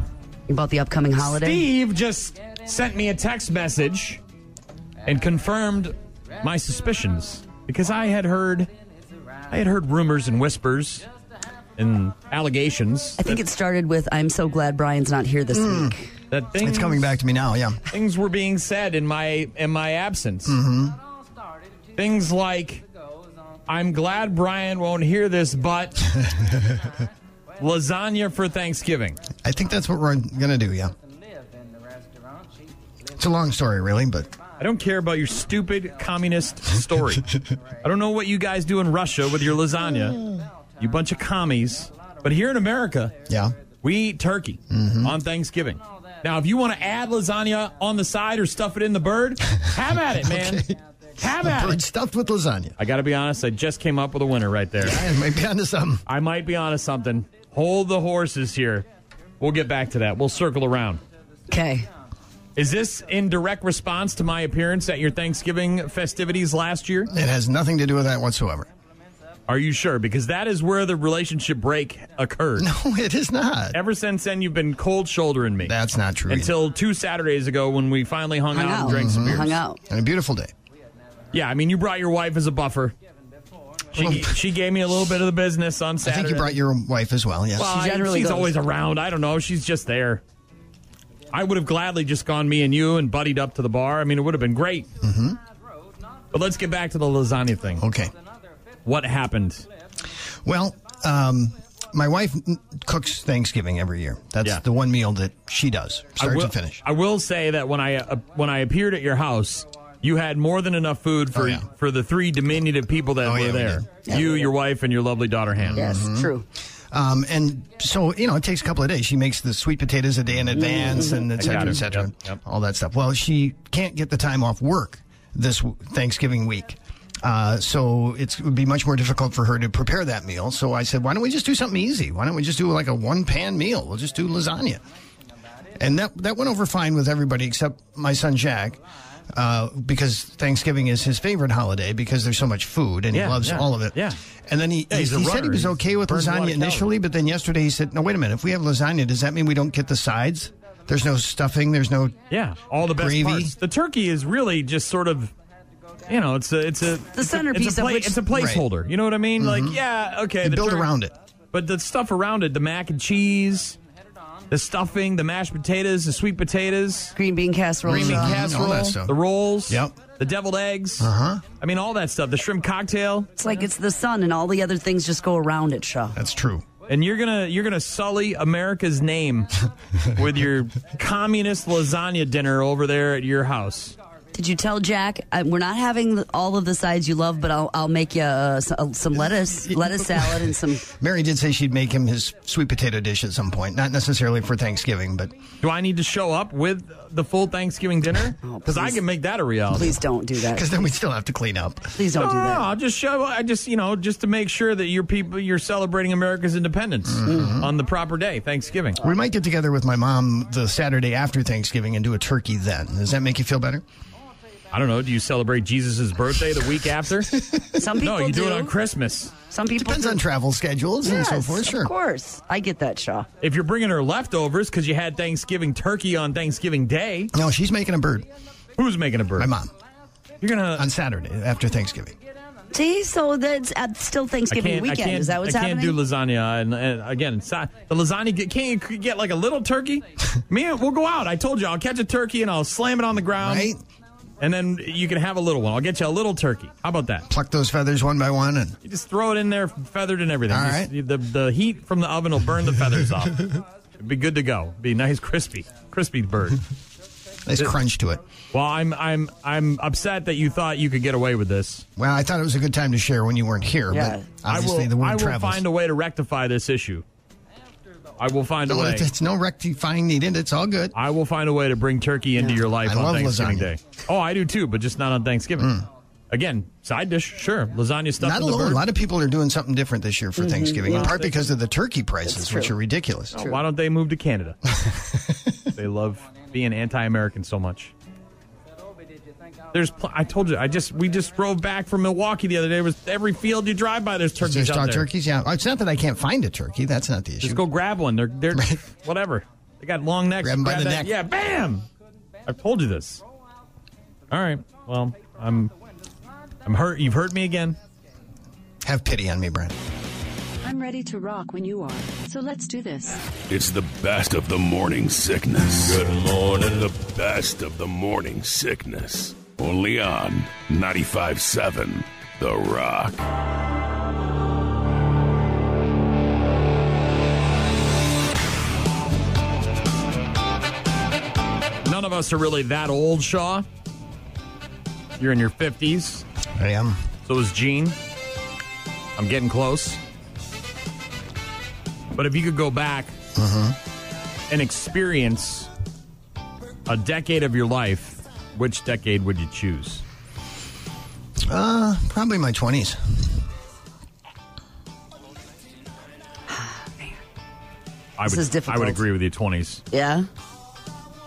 S8: about the upcoming holiday.
S6: Steve just sent me a text message and confirmed my suspicions because I had heard I had heard rumors and whispers and allegations.
S8: I think it started with "I'm so glad Brian's not here this
S6: Mm.
S8: week."
S6: That thing
S8: It's coming
S7: back to me now. Yeah,
S6: things were being said in my in my absence. Things like, "I'm glad Brian won't hear this," but lasagna for Thanksgiving.
S7: I think that's what we're gonna do. Yeah. It's a long story, really, but
S6: I don't care about your stupid communist story. I don't know what you guys do in Russia with your lasagna, you bunch of commies. But here in America,
S7: yeah,
S6: we eat turkey on Thanksgiving. Now, if you want to add lasagna on the side or stuff it in the bird, have at it, man. Have at it.
S7: stuffed with lasagna.
S6: I got to be honest. I just came up with a winner right there.
S7: I might be onto something.
S6: I might be onto something. Hold the horses here. We'll get back to that. We'll circle around.
S8: Okay.
S6: Is this in direct response to my appearance at your Thanksgiving festivities last year?
S7: It has nothing to do with that whatsoever.
S6: Are you sure? Because that is where the relationship break occurred. No,
S7: it is not.
S6: Ever since then, you've been cold shouldering me.
S7: That's not true.
S6: Until two Saturdays ago when we finally hung, out, and drank some beers.
S7: Hung out. On a beautiful day.
S6: Yeah, I mean, you brought your wife as a buffer. She, she gave me a little bit of the business on
S7: I
S6: Saturday.
S7: think you brought your wife as well. Yes.
S6: Well, I- she's always around. I don't know. She's just there. I would have gladly just gone me and you and buddied up to the bar. I mean, it would have been great.
S7: Mm-hmm.
S6: But let's get back to the lasagna thing.
S7: Okay.
S6: What happened?
S7: Well, um, my wife mm, cooks Thanksgiving every year. That's
S6: Yeah.
S7: the one meal that she does, start
S6: I will,
S7: to finish.
S6: I will say that when I uh, when I appeared at your house, you had more than enough food for for the three diminutive people that were
S7: Oh, yeah, we
S6: there.
S7: did. Yeah,
S6: you, your wife, and your lovely daughter Hannah.
S7: Mhm. Um, and so, you know, it takes a couple of days. She makes the sweet potatoes a day in advance and et
S6: I got
S7: cetera,
S6: it.
S7: et cetera,
S6: Yep, yep.
S7: all that stuff. Well, she can't get the time off work this w- Thanksgiving week. Uh, so it's, it would be much more difficult for her to prepare that meal. So I said, why don't we just do something easy? Why don't we just do like a one pan meal? We'll just do lasagna. And that, that went over fine with everybody except my son Jack. Uh, because Thanksgiving is his favorite holiday because there's so much food and
S6: Yeah,
S7: he loves
S6: yeah,
S7: all of it.
S6: yeah.
S7: And then he,
S6: Yeah,
S7: he,
S6: he's a
S7: he said he
S6: runner.
S7: was
S6: He's
S7: okay with
S6: burned a lot of
S7: lasagna initially, but then yesterday he said, "No, wait a minute. If we have lasagna, does that mean we don't get the sides? There's no stuffing. There's no
S6: Yeah, all the best
S7: Gravy.
S6: parts. The turkey is really just sort of, you know, it's a it's a
S8: The
S6: it's a-
S8: centerpiece
S6: It's a,
S8: of
S6: pla-
S8: which-
S6: it's a placeholder.
S7: Right.
S6: You know what I mean?
S7: Mhm.
S6: Like, yeah, okay.
S7: You
S6: the
S7: build
S6: tur-
S7: around it.
S6: but the stuff around it, the mac and cheese, the stuffing, the mashed potatoes, the sweet potatoes,
S8: green bean uh, casserole,
S6: green bean
S7: Mhm, all
S6: casserole,
S7: that stuff.
S6: the rolls,
S7: Yep.
S6: the deviled eggs.
S7: Uh-huh.
S6: I mean, all that stuff. The shrimp cocktail.
S8: It's like it's the sun and all the other things just go around it, Shaw.
S7: That's true.
S6: And you're gonna you're gonna sully America's name with your communist lasagna dinner over there at your house.
S8: Did you tell Jack I, we're not having the- all of the sides you love, but I'll I'll make you uh, s- uh, some lettuce, lettuce salad, and some.
S7: Mary did say she'd make him his sweet potato dish at some point, not necessarily for Thanksgiving, but
S6: Do I need to show up with the full Thanksgiving dinner? Because I can make that a reality.
S8: Oh, Please don't do that.
S7: because then we still have to clean up.
S8: Please don't
S6: no,
S8: do
S6: no,
S8: that.
S6: no, I'll just show. I just you know just to make sure that your people you're celebrating America's independence
S8: Mm-hmm.
S6: on the proper day, Thanksgiving.
S7: We might get together with my mom the Saturday after Thanksgiving and do a turkey then. Does that make you feel better?
S6: I don't know. Do you celebrate Jesus' birthday the week after?
S8: Some people
S6: no, you do. it
S8: do.
S6: on Christmas.
S8: Some people
S7: Depends on travel schedules and so
S8: Yes,
S7: forth. Sure.
S8: Of course, I get that, Shaw.
S6: If you're bringing her leftovers because you had Thanksgiving turkey on Thanksgiving Day,
S7: No, she's making a bird.
S6: who's making a bird?
S7: My mom
S6: You're gonna.
S7: on Saturday after Thanksgiving.
S8: See, so that's uh, still Thanksgiving weekend. Is that what's
S6: I can't
S8: happening?
S6: do lasagna. And, and again, si- the lasagna get, can't you get like a little turkey? Me, we'll go out. I told you, I'll catch a turkey and I'll slam it on the ground.
S7: Right?
S6: And then you can have a little one. I'll get you a little turkey. How about that?
S7: Pluck those feathers one by one and
S6: You just throw it in there, feathered and everything.
S7: All
S6: Just- The the heat from the oven will burn the feathers off. It'd be good to go. Be nice, crispy, crispy bird.
S7: nice crunch to it.
S6: Well, I'm I'm I'm upset that you thought you could get away with this.
S7: Well, I thought it was a good time to share when you weren't here,
S8: Yeah.
S7: but obviously
S6: I will,
S7: the word
S6: I will
S7: travels.
S6: find a way to rectify this issue. I will find a
S7: No,
S6: way.
S7: it's, it's no rectifying needed. It's all good.
S6: I will find a way to bring turkey into your life
S7: I
S6: on
S7: love
S6: Thanksgiving
S7: lasagna. Hmm.
S6: Day. Oh, I do too, but just not on Thanksgiving. Again, side dish, sure. Lasagna stuffed
S7: Not
S6: with the Mm-hmm.
S7: alone.
S6: bird.
S7: A lot of people are doing something different this year for Thanksgiving, in part because of the turkey prices, which are ridiculous.
S6: Oh, why don't they move to Canada? they love being anti-American so much. There's, pl- I told you, I just we just drove back from Milwaukee the other day. It was every field you drive by, there's
S7: Is there
S6: turkeys out
S7: stock
S6: there.
S7: turkeys? Yeah. It's not that I can't find a turkey. That's not the issue.
S6: Just go grab one. They're they're whatever. They got long necks.
S7: Grab 'em by the
S6: that-
S7: neck.
S6: Yeah, bam. I've told you this. All right. Well, I'm I'm hurt. You've hurt me again.
S7: Have pity on me, Brent.
S14: I'm ready to rock when you are. So let's do this.
S2: It's the best of the morning sickness. Good morning. The best of the morning sickness. Only on 95.7 The Rock.
S6: None of us are really that old, Shaw. You're in your 50s.
S7: I am.
S6: So is Gene. I'm getting close. But if you could go back
S7: Uh-huh.
S6: and experience a decade of your life, which decade would you choose?
S7: Uh, probably my 20s.
S6: I
S8: This
S6: would,
S8: is difficult.
S6: I would agree with you, 20s.
S8: yeah,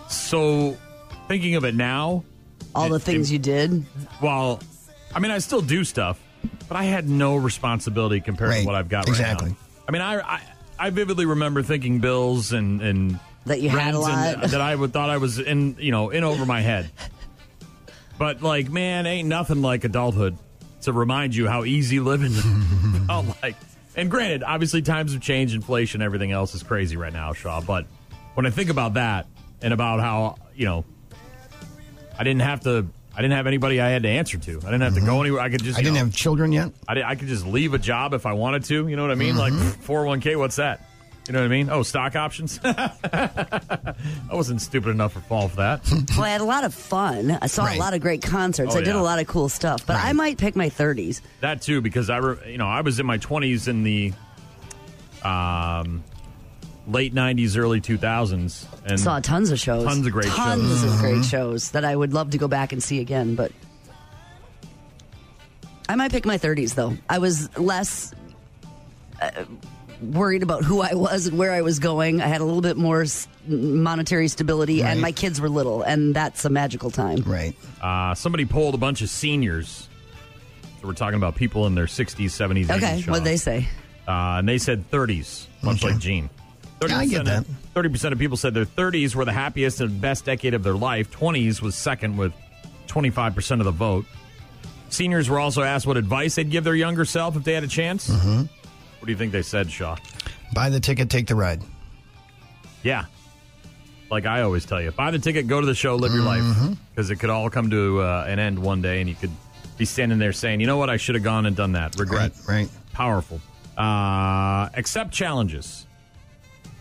S6: So thinking of it now,
S8: all the
S6: It-
S8: things
S6: it-
S8: you did.
S6: well, I mean, I still do stuff, but I had no responsibility compared
S7: Right.
S6: to what I've got
S7: Exactly.
S6: right now. I mean, I, I I vividly remember thinking bills and and
S8: That you had a
S6: rents and
S8: lot.
S6: that I would thought I was in you know in over my head. But like, man, ain't nothing like adulthood to remind you how easy living felt like. And granted, obviously times have changed, inflation, everything else is crazy right now, Shaw. But when I think about that and about how you know I didn't have to I didn't have anybody I had to answer to. I didn't have to go anywhere. I could just.
S7: Mm-hmm. I
S6: you
S7: didn't
S6: know,
S7: have Mm-hmm. children yet.
S6: I, di- I could just leave a job if I wanted to. You know what I mean? Like four hundred one k. What's that? You know what I mean? Oh, stock options. I wasn't stupid enough to fall for that.
S8: Well, I had a lot of fun. I saw
S6: Right.
S8: a lot of great concerts.
S6: Oh,
S8: I did
S6: yeah.
S8: a lot of cool stuff. But I might pick my 30s.
S6: That too, because I, re- you know, I was in my twenties in the um, late nineties, early two thousands, and
S8: Saw tons of shows.
S6: Tons of great
S8: tons
S6: shows.
S8: of great shows that I would love to go back and see again. But I might pick my 30s, though. I was less uh, worried about who I was and where I was going. I had a little bit more s- monetary stability, and
S6: Right.
S8: my kids were little, and that's a magical time.
S7: Right.
S6: Uh, somebody polled a bunch of seniors. So we're talking about people in their 60s, 70s, 80s.
S8: Okay,
S6: Sean.
S8: what'd they say?
S6: Uh, and they said 30s, much like Gene. 30%
S7: Yeah, I get that.
S6: Of, 30% of people said their 30s were the happiest and best decade of their life. 20s was second with 25% of the vote. Seniors were also asked what advice they'd give their younger self if they had a chance. Mm-hmm. What do you think they said, Shaw?
S7: Buy the ticket, take the ride.
S6: Yeah. Like I always tell you, buy the ticket, go to the show, live your
S7: Mm-hmm.
S6: life. Because it could all come to uh, an end one day and you could be standing there saying, you know what, I should have gone and done that. Regret.
S7: Right.
S6: Powerful. Uh, accept challenges.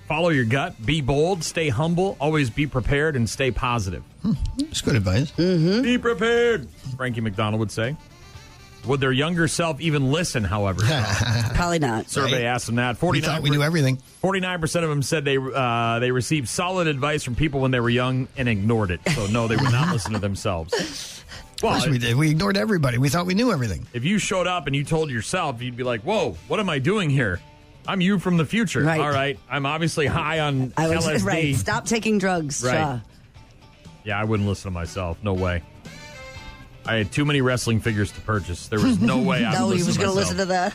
S6: Follow your gut. Be bold. Stay humble. Always be prepared and stay positive.
S7: It's good advice.
S6: Be prepared, Frankie McDonald would say. Would their younger self even listen, however?
S8: Probably not.
S6: Survey asked them that.
S7: We
S6: 49
S7: thought we knew everything.
S6: Forty-nine percent of them said they uh, they received solid advice from people when they were young and ignored it. So no, they would not listen to themselves.
S7: of course we did. We ignored everybody. We thought we knew everything.
S6: If you showed up and you told yourself, you'd be like, "Whoa, what am I doing here? I'm you from the future.
S8: Right.
S6: All right, I'm obviously high on
S8: I was
S6: LSD.
S8: right. Stop taking drugs.
S6: Right.
S8: Shaw.
S6: Yeah, I wouldn't listen to myself. No way. I had too many wrestling figures to purchase. There was no way I
S8: no,
S6: would
S8: he was
S6: listen
S8: going
S6: myself.
S8: to listen to that.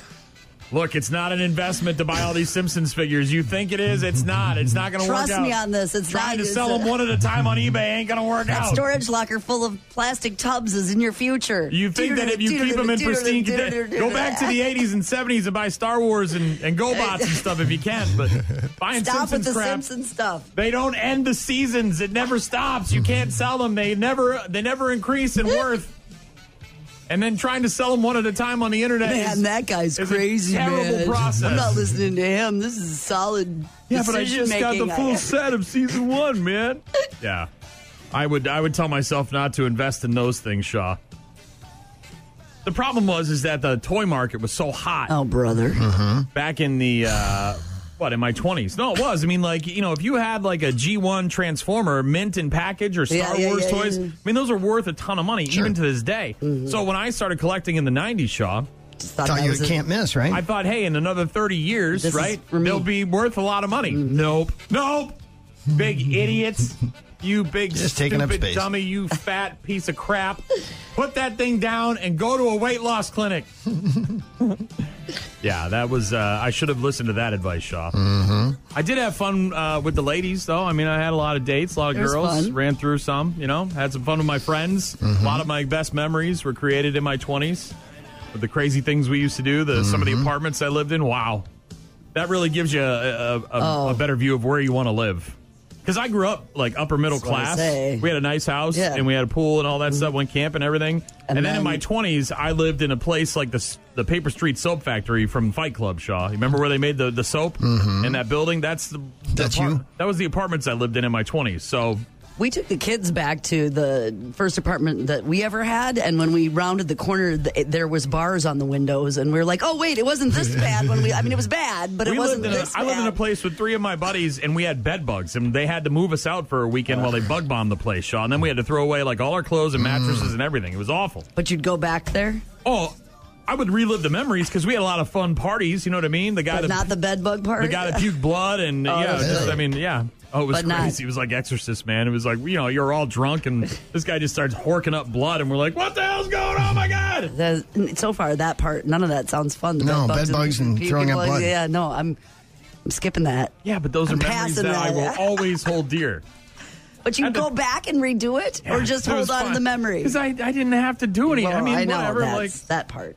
S6: Look, it's not an investment to buy all these Simpsons figures. You think it is? It's not. It's not going to work out.
S8: Trust me on this. It's
S6: Trying
S8: not
S6: to
S8: it's-
S6: sell them one at a time on eBay ain't going to work
S8: That
S6: out.
S8: storage locker full of plastic tubs is in your future.
S6: You think that if you keep them in pristine condition, go back to the 80s and 70s and buy Star Wars and, and GoBots and stuff if you can, but buying
S8: Stop with
S6: Simpsons
S8: the
S6: crap.
S8: Simpsons stuff.
S6: They don't end the seasons. It never stops. You can't sell them. They never they never increase in worth. And then trying to sell them one at a time on the internet
S8: Man,
S6: is
S8: that guy's
S6: is
S8: crazy,
S6: a terrible
S8: man.
S6: process.
S8: I'm not listening to him. This is solid.
S6: Yeah, but I just got the
S8: decision-making.
S6: full set of season one, man. yeah, I would I would tell myself not to invest in those things, Shaw. The problem was is that the toy market was so hot.
S8: Oh, brother!
S6: Back in the uh, what in my twenties? No, it was. I mean, like you know, if you had like a G one Transformer mint in package or Star
S8: Yeah, yeah,
S6: Wars
S8: yeah,
S6: toys,
S8: yeah. Mm-hmm.
S6: I mean, those are worth a ton of money even to this day. So when I started collecting in the nineties, Shaw.
S8: thought
S7: Thought
S8: that
S7: you
S8: was a-
S7: can't miss, right?
S6: I thought, hey, in another 30 years,
S7: This is
S6: right,
S7: for me. Mm-hmm.
S6: they'll be worth a lot of money. Nope. Nope. Big idiots. You big
S7: Just taking up
S6: stupid
S7: space.
S6: dummy, you fat piece of crap. Put that thing down and go to a weight loss clinic. yeah, that was uh, I should have listened to that advice, Shaw. I did have fun uh, with the ladies, though. I mean, I had a lot of dates, a lot of
S8: It was
S6: girls,
S8: fun.
S6: ran through some, you know, had some fun with my friends. A lot of my best memories were created in my 20s with the crazy things we used to do, the some of the apartments I lived in. Wow. That really gives you a, a, a,
S8: Oh.
S6: a better view of where you want to live. Because I grew up like upper middle
S8: That's what I
S6: class.
S8: say.
S6: We had a nice house
S8: Yeah. Mm-hmm.
S6: and we had a pool and all that stuff, went camp and everything. And,
S8: And
S6: then, in
S8: then-
S6: my 20s, I lived in a place like the, s- the Paper Street Soap Factory from Fight Club, Shaw. You remember where they made the, the soap in that building? That's the, the
S7: Mm-hmm. That's
S6: apart-
S7: you?
S6: That was the apartments I lived in in my 20s. So
S8: We took the kids back to the first apartment that we ever had, and when we rounded the corner, th- there was bars on the windows, and we were like, "Oh wait, it wasn't this bad." When we, I mean, it was bad, but
S6: we
S8: it wasn't
S6: lived in a,
S8: this
S6: I lived in a
S8: bad.
S6: place with three of my buddies, and we had bed bugs, and they had to move us out for a weekend while they
S7: Uh.
S6: bug bombed the place, Shaw. And then we had to throw away like all our clothes
S7: Mm.
S6: and mattresses and everything. It was awful.
S8: But you'd go back there,
S6: Oh, I would relive the memories because we had a lot of fun parties. You know what I mean? The guy that
S8: but not the bed bug part.
S6: the guy that puked blood and
S8: Oh,
S6: yeah,
S8: that's
S6: just,
S8: right.
S6: I mean yeah. Oh, it was
S8: But not-
S6: crazy. It was like Exorcist, man. It was like you know you're all drunk and this guy just starts horking up blood, and we're like, what the hell's going on? Oh my god!
S8: That- so far, that part, none of that sounds fun. The
S7: No, bed bugs and
S8: pee-
S7: throwing up
S8: people-
S7: blood.
S8: Yeah, no, I'm, I'm skipping that.
S6: Yeah, but those
S8: I'm
S6: are memories that, I
S8: passing
S6: will always hold dear.
S8: But you go back and redo it, or just hold on to the memory.
S6: because I, I didn't have to do any.
S8: Well,
S6: I mean,
S8: I know
S6: whatever.
S8: that's,
S6: Like
S8: that part.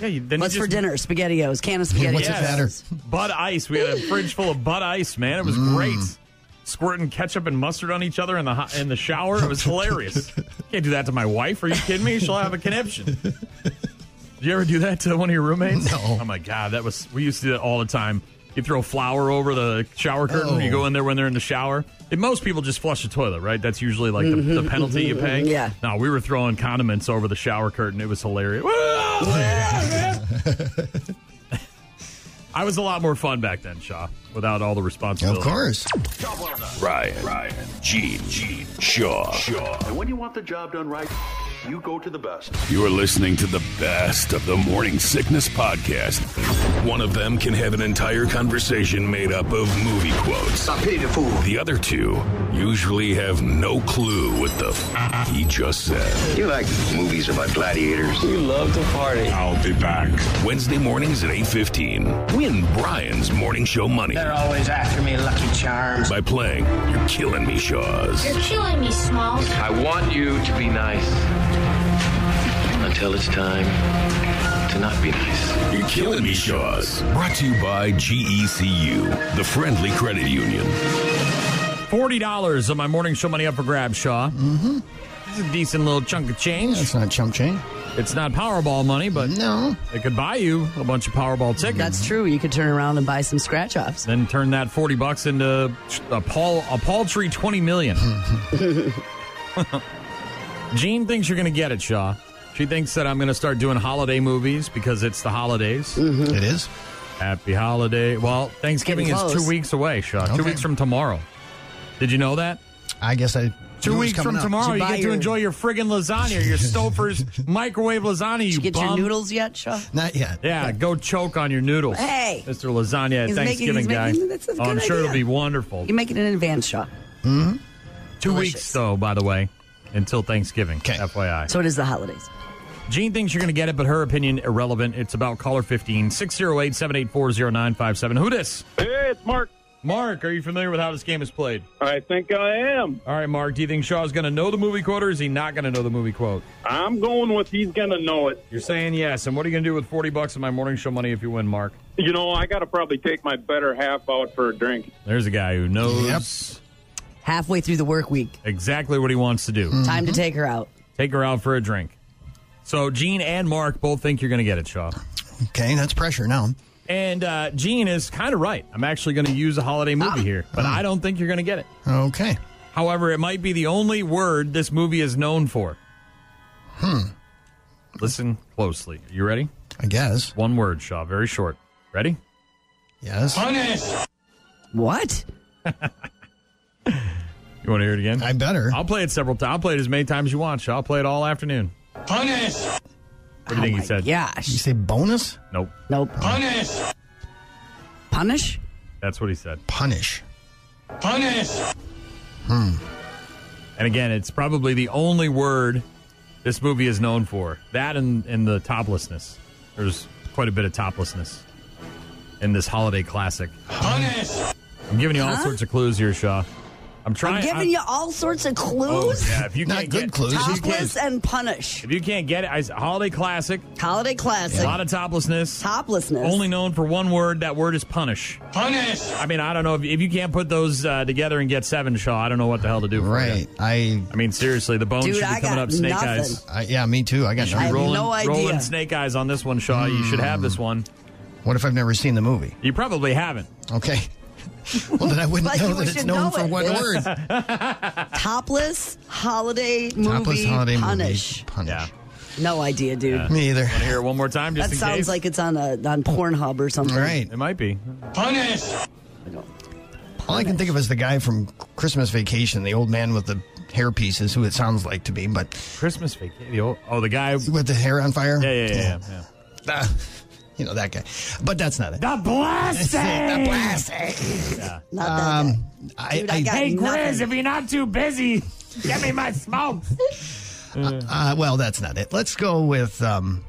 S6: yeah, you, then you
S8: What's for
S6: just-
S8: dinner? SpaghettiOs, can of SpaghettiOs.
S16: Mm.
S6: Yes. Bud Ice. We had a fridge full of Bud Ice, man. It was great. squirting ketchup and mustard on each other in the hot, in the shower. It was hilarious. Can't do that to my wife. Are you kidding me? She'll have a conniption. Did you ever do that to one of your roommates? No. Oh my god, that was we used to do that all the time. You throw flour over the shower curtain. when You
S16: Oh.
S6: go in there when they're in the shower. And most people just flush the toilet, right? That's usually like the,
S16: Mhm,
S6: the penalty you
S16: mhm,
S6: pay.
S16: mhm, yeah.
S6: No, we were throwing condiments over the shower curtain. It was hilarious. I was a lot more fun back then, Shaw, without all the responsibility.
S2: Of course. Ryan, Ryan, Gene, Gene, Shaw. Shaw.
S17: And when you want the job done right, you go to the best.
S2: You are listening to the best of the Morning Sickness Podcast. One of them can have an entire conversation made up of movie quotes. I pity the fool. The other two usually have no clue what the f- he just said. You like movies about gladiators. You love to party. I'll be back. Wednesday mornings at 8.15. Win Brian's Morning Show money. They're always after me, Lucky Charms. By playing You're Killing Me, Shaws.
S18: You're killing me, Smalls.
S19: I want you to be nice until it's time to not be nice.
S2: You're killing me, Shaws. Brought to you by GECU, the friendly credit union.
S6: Forty dollars of my morning show money up for grab, Shaw. Mm-hmm. It's a decent little chunk of change. It's
S7: not chump change.
S6: It's not Powerball money, but
S7: no,
S6: it could buy you a bunch of Powerball tickets.
S8: That's true. You could turn around and buy some scratch offs.
S6: Then turn that forty bucks into a pal- a paltry twenty million. Jean thinks you're going to get it, Shaw. She thinks that I'm going to start doing holiday movies because it's the holidays.
S7: It is.
S6: Happy holiday. Well, Thanksgiving
S7: Getting
S6: is
S7: close.
S6: two weeks away, Shaw.
S7: Okay.
S6: Two weeks from tomorrow. Did you know that?
S7: I guess I.
S6: Two weeks from tomorrow, you, get to enjoy your friggin' lasagna, your Stouffer's microwave lasagna. You,
S8: Get your
S6: bum.
S8: noodles yet, Shaw?
S7: Not yet.
S6: Yeah, go choke on your noodles.
S8: Hey.
S6: Mr. Lasagna
S8: He's making-
S6: Thanksgiving
S8: he's
S6: guy.
S8: making- that's a
S6: oh, I'm
S8: good
S6: sure it'll be
S8: idea.
S6: wonderful.
S8: You make it in advance, Shaw.
S6: Mm-hmm. Two weeks, though, by the way, until Thanksgiving. FYI.
S8: So it is the holidays.
S6: Gene thinks you're going to get it, but her opinion irrelevant. It's about caller 15 608 784 0957. Who this? Hey, it's Mark. Mark, are you familiar with how this game is played? I think I am. All right, Mark, do you think Shaw's going to know the movie quote or is he not going to know the movie quote? I'm going with he's going to know it. You're saying yes. And what are you going to do with 40 bucks of my morning show money if you win, Mark?
S20: You know, I got to probably take my better half out for a drink.
S6: There's a guy who knows
S8: Halfway through the work week.
S6: exactly what he wants to do.
S8: Time
S7: Mm-hmm.
S8: to take her out.
S6: Take her out for a drink. So, Gene and Mark both think you're going to get it, Shaw.
S7: Okay, that's pressure now.
S6: And uh, Gene is kind of right. I'm actually going to use a holiday movie here, but I don't think you're going to get it.
S7: Okay.
S6: However, it might be the only word this movie is known for.
S7: Hmm.
S6: Listen closely. You ready?
S7: I guess.
S6: One word, Shaw. Very short. Ready?
S7: Yes.
S8: What?
S6: You want to hear it again? I
S7: better.
S6: I'll play it several times. I'll play it as many times as you want, Shaw. I'll play it all afternoon. Punish! What do you think he said?
S8: Oh Gosh.
S7: You say bonus?
S6: Nope.
S8: Nope.
S6: Punish!
S8: Punish?
S6: That's what he said.
S7: Punish.
S6: Punish!
S7: Hmm.
S6: And again, it's probably the only word this movie is known for. That and, and the toplessness. There's quite a bit of toplessness in this holiday classic. I'm giving you all
S8: Huh?
S6: sorts of clues here, Shaw. I'm trying.
S8: I'm giving
S6: I'm-
S8: you all sorts of
S6: Oh,
S8: clues.
S6: yeah, if you Not can't good get- clues, just
S8: Topless
S6: clues.
S8: and punish.
S6: If you can't get it, I, holiday classic.
S8: Holiday classic.
S6: A lot of toplessness.
S8: Toplessness.
S6: Only known for one word. That word is punish. Punish. I mean, I don't know if, if you can't put those uh, together and get seven, Shaw. I don't know what the hell to do. For
S7: Right. I.
S6: I mean, seriously, the bones
S7: Dude,
S6: should be
S7: I
S6: coming
S7: got
S6: up snake
S7: nothing.
S6: eyes.
S7: I, yeah, me too. I got
S6: You should be
S7: nothing.
S6: rolling,
S7: No idea.
S6: rolling snake eyes on this one, Shaw. You should have this one.
S7: What if I've never seen the movie?
S6: You probably haven't.
S7: Okay. Well, then I wouldn't
S8: But
S7: know
S8: you
S7: that it's
S8: should
S7: known
S8: know
S7: for
S8: it.
S7: one word.
S8: Topless holiday movie.
S7: Topless holiday movie.
S8: punish.
S7: Punish.
S8: No idea, dude.
S7: Me either.
S6: Want to hear it one more time? Just
S8: that
S6: in
S8: sounds
S6: case?
S8: like it's on a on Pornhub or something.
S7: Right.
S6: It might be. Punish.
S7: All I can think of is the guy from Christmas Vacation, the old man with the hair pieces, who it sounds like to be, but
S6: Christmas Vacation. Oh, the guy
S7: with the hair on fire.
S6: Yeah, yeah, yeah. yeah.
S7: Ah, you know that guy, but that's not it.
S6: The
S7: blasting. the blasting. Um, I, I,
S6: if you're not too busy, get me my smokes.
S7: Uh, well, that's not it. Let's go with. Um,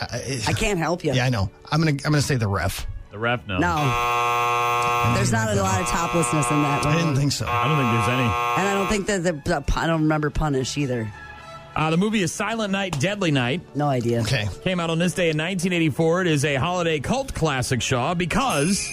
S7: I,
S8: I can't help you.
S7: Yeah, I know. I'm gonna. I'm gonna say the ref.
S6: The ref knows.
S8: No. There's not a lot of toplessness in that one.
S7: I didn't think so.
S6: I don't think there's any.
S8: And I don't think that the, the I don't remember punish either.
S6: Uh, the movie is Silent Night, Deadly Night.
S8: No idea.
S7: Okay.
S6: Came out on this day in 1984. It is a holiday cult classic, Shaw, because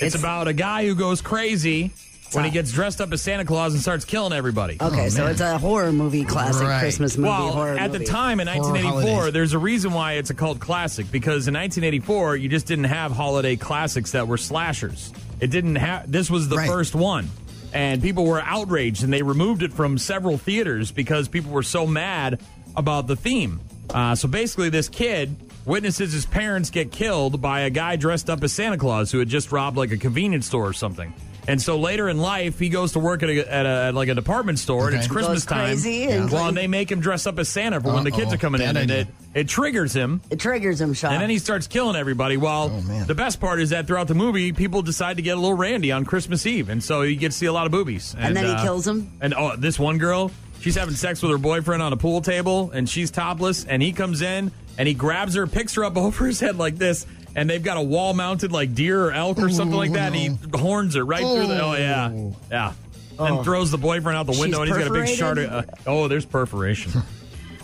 S6: it's, about a guy who goes crazy when he gets dressed up as Santa Claus and starts killing everybody.
S7: Oh,
S8: Okay, so it's a horror movie classic, Christmas movie
S6: Well,
S8: horror
S6: at the
S8: movie.
S6: time in 1984, there's a reason why it's a cult classic because in 1984 you just didn't have holiday classics that were slashers. It didn't have. This was the first one, and people were outraged, and they removed it from several theaters because people were so mad about the theme. Uh, so basically, this kid witnesses his parents get killed by a guy dressed up as Santa Claus who had just robbed like a convenience store or something. And so later in life, he goes to work at, a, at, a, at like a department store, and
S8: Okay.
S6: it's
S8: Goes
S6: Christmas time.
S8: crazy and
S6: Well,
S8: like-
S6: and they make him dress up as Santa for when the kids
S8: Uh-oh,
S6: are coming in,
S8: bad
S6: and
S8: idea.
S6: it, it triggers him.
S8: It triggers him, Sean.
S6: And then he starts killing everybody. While
S8: Oh,
S6: the best part is that throughout the movie, people decide to get a little randy on Christmas Eve, and so you get to see a lot of boobies.
S8: And then he kills 'em?
S6: And oh, this one girl, she's having sex with her boyfriend on a pool table, and she's topless, and he comes in and he grabs her, picks her up over his head like this. And they've got a wall mounted like deer or elk or something like that. And he horns her right through the. Oh, yeah. Yeah. And
S7: Oh.
S6: throws the boyfriend out the window,
S7: She's
S6: and he's got a big shard.
S7: perforated?
S6: Uh, oh, there's perforation.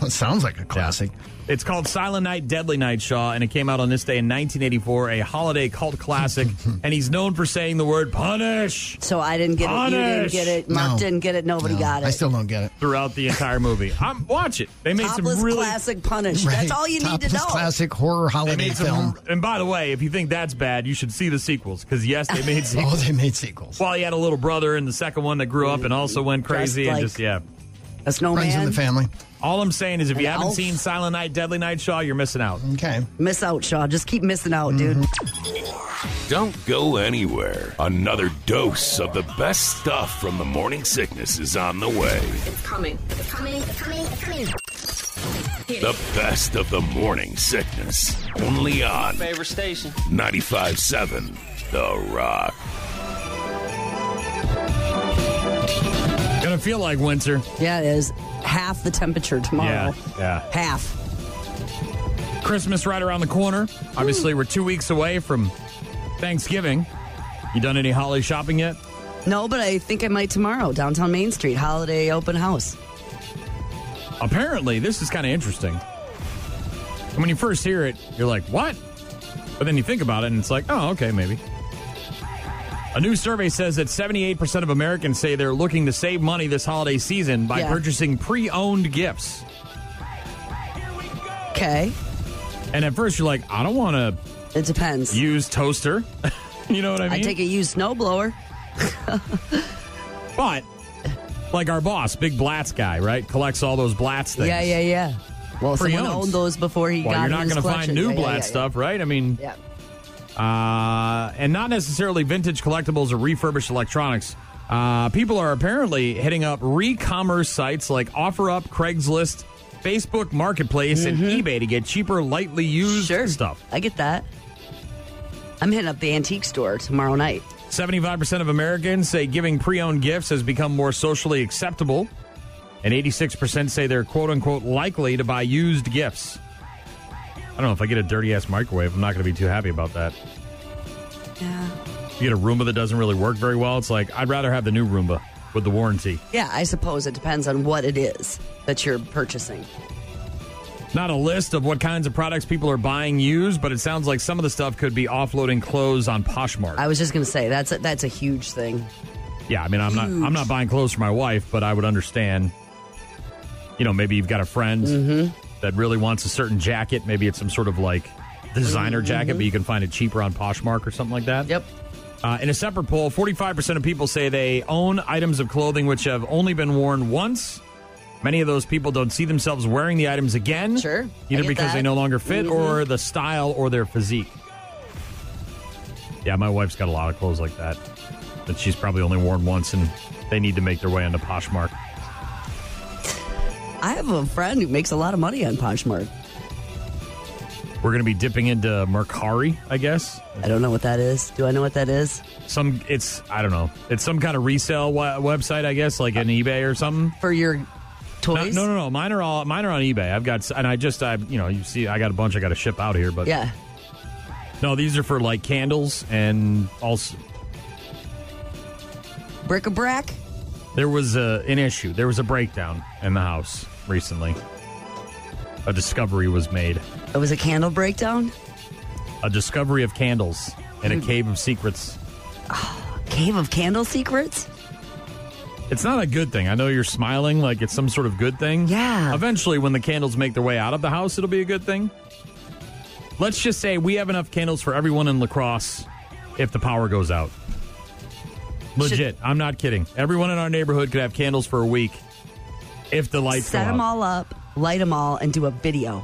S7: It sounds like a classic.
S6: It's called Silent Night, Deadly Night, Shaw, and it came out on this day in 1984, a holiday cult classic. and he's known for saying the word punish
S8: so I didn't get it. You didn't
S6: Punish!
S8: get it. Mark
S6: No.
S8: didn't get it. Nobody got it.
S7: don't get it.
S6: throughout the entire movie. I'm, watch it. They made
S8: Topless
S6: some really.
S8: classic punish. That's all you need to know.
S7: classic horror
S6: They
S7: holiday
S6: made some,
S7: film.
S6: and by the way, if you think that's bad, you should see the sequels because yes, they made sequels.
S7: Oh, they made sequels.
S6: Well, he had a little brother in the second one that grew up and also went crazy
S7: Dressed
S6: and
S7: like
S6: just yeah,
S8: a snowman.
S7: Friends in the family.
S6: All I'm saying is, if
S8: An
S6: you haven't
S8: elf.
S6: seen Silent Night, Deadly Night, Shaw, you're missing out.
S7: Okay.
S8: Miss out, Shaw. Just keep missing out, dude.
S2: Don't go anywhere. Another dose of the best stuff from the morning sickness is on the way.
S16: It's coming. It's coming. It's coming. It's coming.
S2: The best of the morning sickness. Only on
S19: Favorite station.
S2: 95.7 The Rock.
S6: Gonna feel like winter.
S8: Yeah, it is half the temperature tomorrow.
S6: Yeah, yeah.
S8: Half.
S6: Christmas right around the corner. Obviously, we're two weeks away from Thanksgiving. You done any holiday shopping yet?
S8: No, but I think I might tomorrow. Downtown Main Street, holiday open house.
S6: Apparently, this is kind of interesting. And when you first hear it, you're like, what? But then you think about it and it's like, oh, okay, maybe. A new survey says that 78% of Americans say they're looking to save money this holiday season by
S8: Yeah.
S6: purchasing pre owned gifts.
S8: Okay.
S6: And at first, you're like, I don't want
S8: to. It depends.
S6: Use toaster. you know what I mean?
S8: I take a used snowblower.
S6: But like our boss, Big Blatz guy, right? Collects all those Blatz things.
S8: Yeah, yeah, yeah. Well, someone
S6: Pre-owned.
S8: owned those before he
S6: well,
S8: got
S6: you're not
S8: his
S6: gonna find
S8: collection.
S6: new
S8: Yeah, yeah,
S6: Blatz
S8: yeah, yeah.
S6: stuff, right? I mean,
S8: Yeah.
S6: uh, and not necessarily vintage collectibles or refurbished electronics. Uh, people are apparently hitting up re-commerce sites like OfferUp, Craigslist, Facebook Marketplace,
S8: Mm-hmm.
S6: and eBay to get cheaper, lightly used stuff.
S8: I get that. I'm hitting up the antique store tomorrow night.
S6: 75% of Americans say giving pre owned gifts has become more socially acceptable. And 86% say they're quote unquote likely to buy used gifts. I don't know if I get a dirty ass microwave, I'm not going to be too happy about that.
S8: Yeah.
S6: You get a Roomba that doesn't really work very well, it's like, I'd rather have the new Roomba with the warranty.
S8: Yeah, I suppose it depends on what it is that you're purchasing.
S6: Not a list of what kinds of products people are buying used, but it sounds like some of the stuff could be offloading clothes on Poshmark.
S8: I was just going to say that's a, that's a huge thing.
S6: Yeah, I mean, I'm not I'm not buying clothes for my wife, but I would understand. You know, maybe you've got a friend that really wants a certain jacket. Maybe it's some sort of like designer jacket, but you can find it cheaper on Poshmark or something like that. Yep. Uh, in a separate poll, 45% of people say they own items of clothing which have only been worn once. Many of those people don't see themselves wearing the items again. Sure. Either because
S8: get that. Mm-hmm.
S6: they no longer fit or the style or their physique. Yeah, my wife's got a lot of clothes like that that she's probably only worn once, and they need to make their way onto Poshmark.
S8: I have a friend who makes a lot of money on Poshmark.
S6: We're going to be dipping into Mercari, I guess.
S8: I don't know what that is. Do I know what that is?
S6: Some, it's I don't know. It's some kind of resale w- website, I guess, like an eBay or something
S8: for your toys.
S6: No, no, no, Mine are all mine are on eBay. I've got s- and I just I you know you see I got a bunch I got to ship out here, but
S8: Yeah.
S6: No, these are for like candles and also
S8: Bric-a-brac?
S6: There was a, an issue. There was a breakdown in the house recently. A discovery was made.
S8: It was a candle breakdown?
S6: A discovery of candles in a cave of secrets.
S8: Cave of Candle Secrets?
S6: It's not a good thing. I know you're smiling like it's some sort of good thing. Yeah. Eventually, when the candles make their way out of the house, it'll be a good thing. Let's just say we have enough candles for everyone in lacrosse if the power goes out. Legit. I'm not kidding. Everyone in our neighborhood could have candles for a week if the lights
S8: Set
S6: go
S8: them
S6: out.
S8: all up, light them all, and do a video,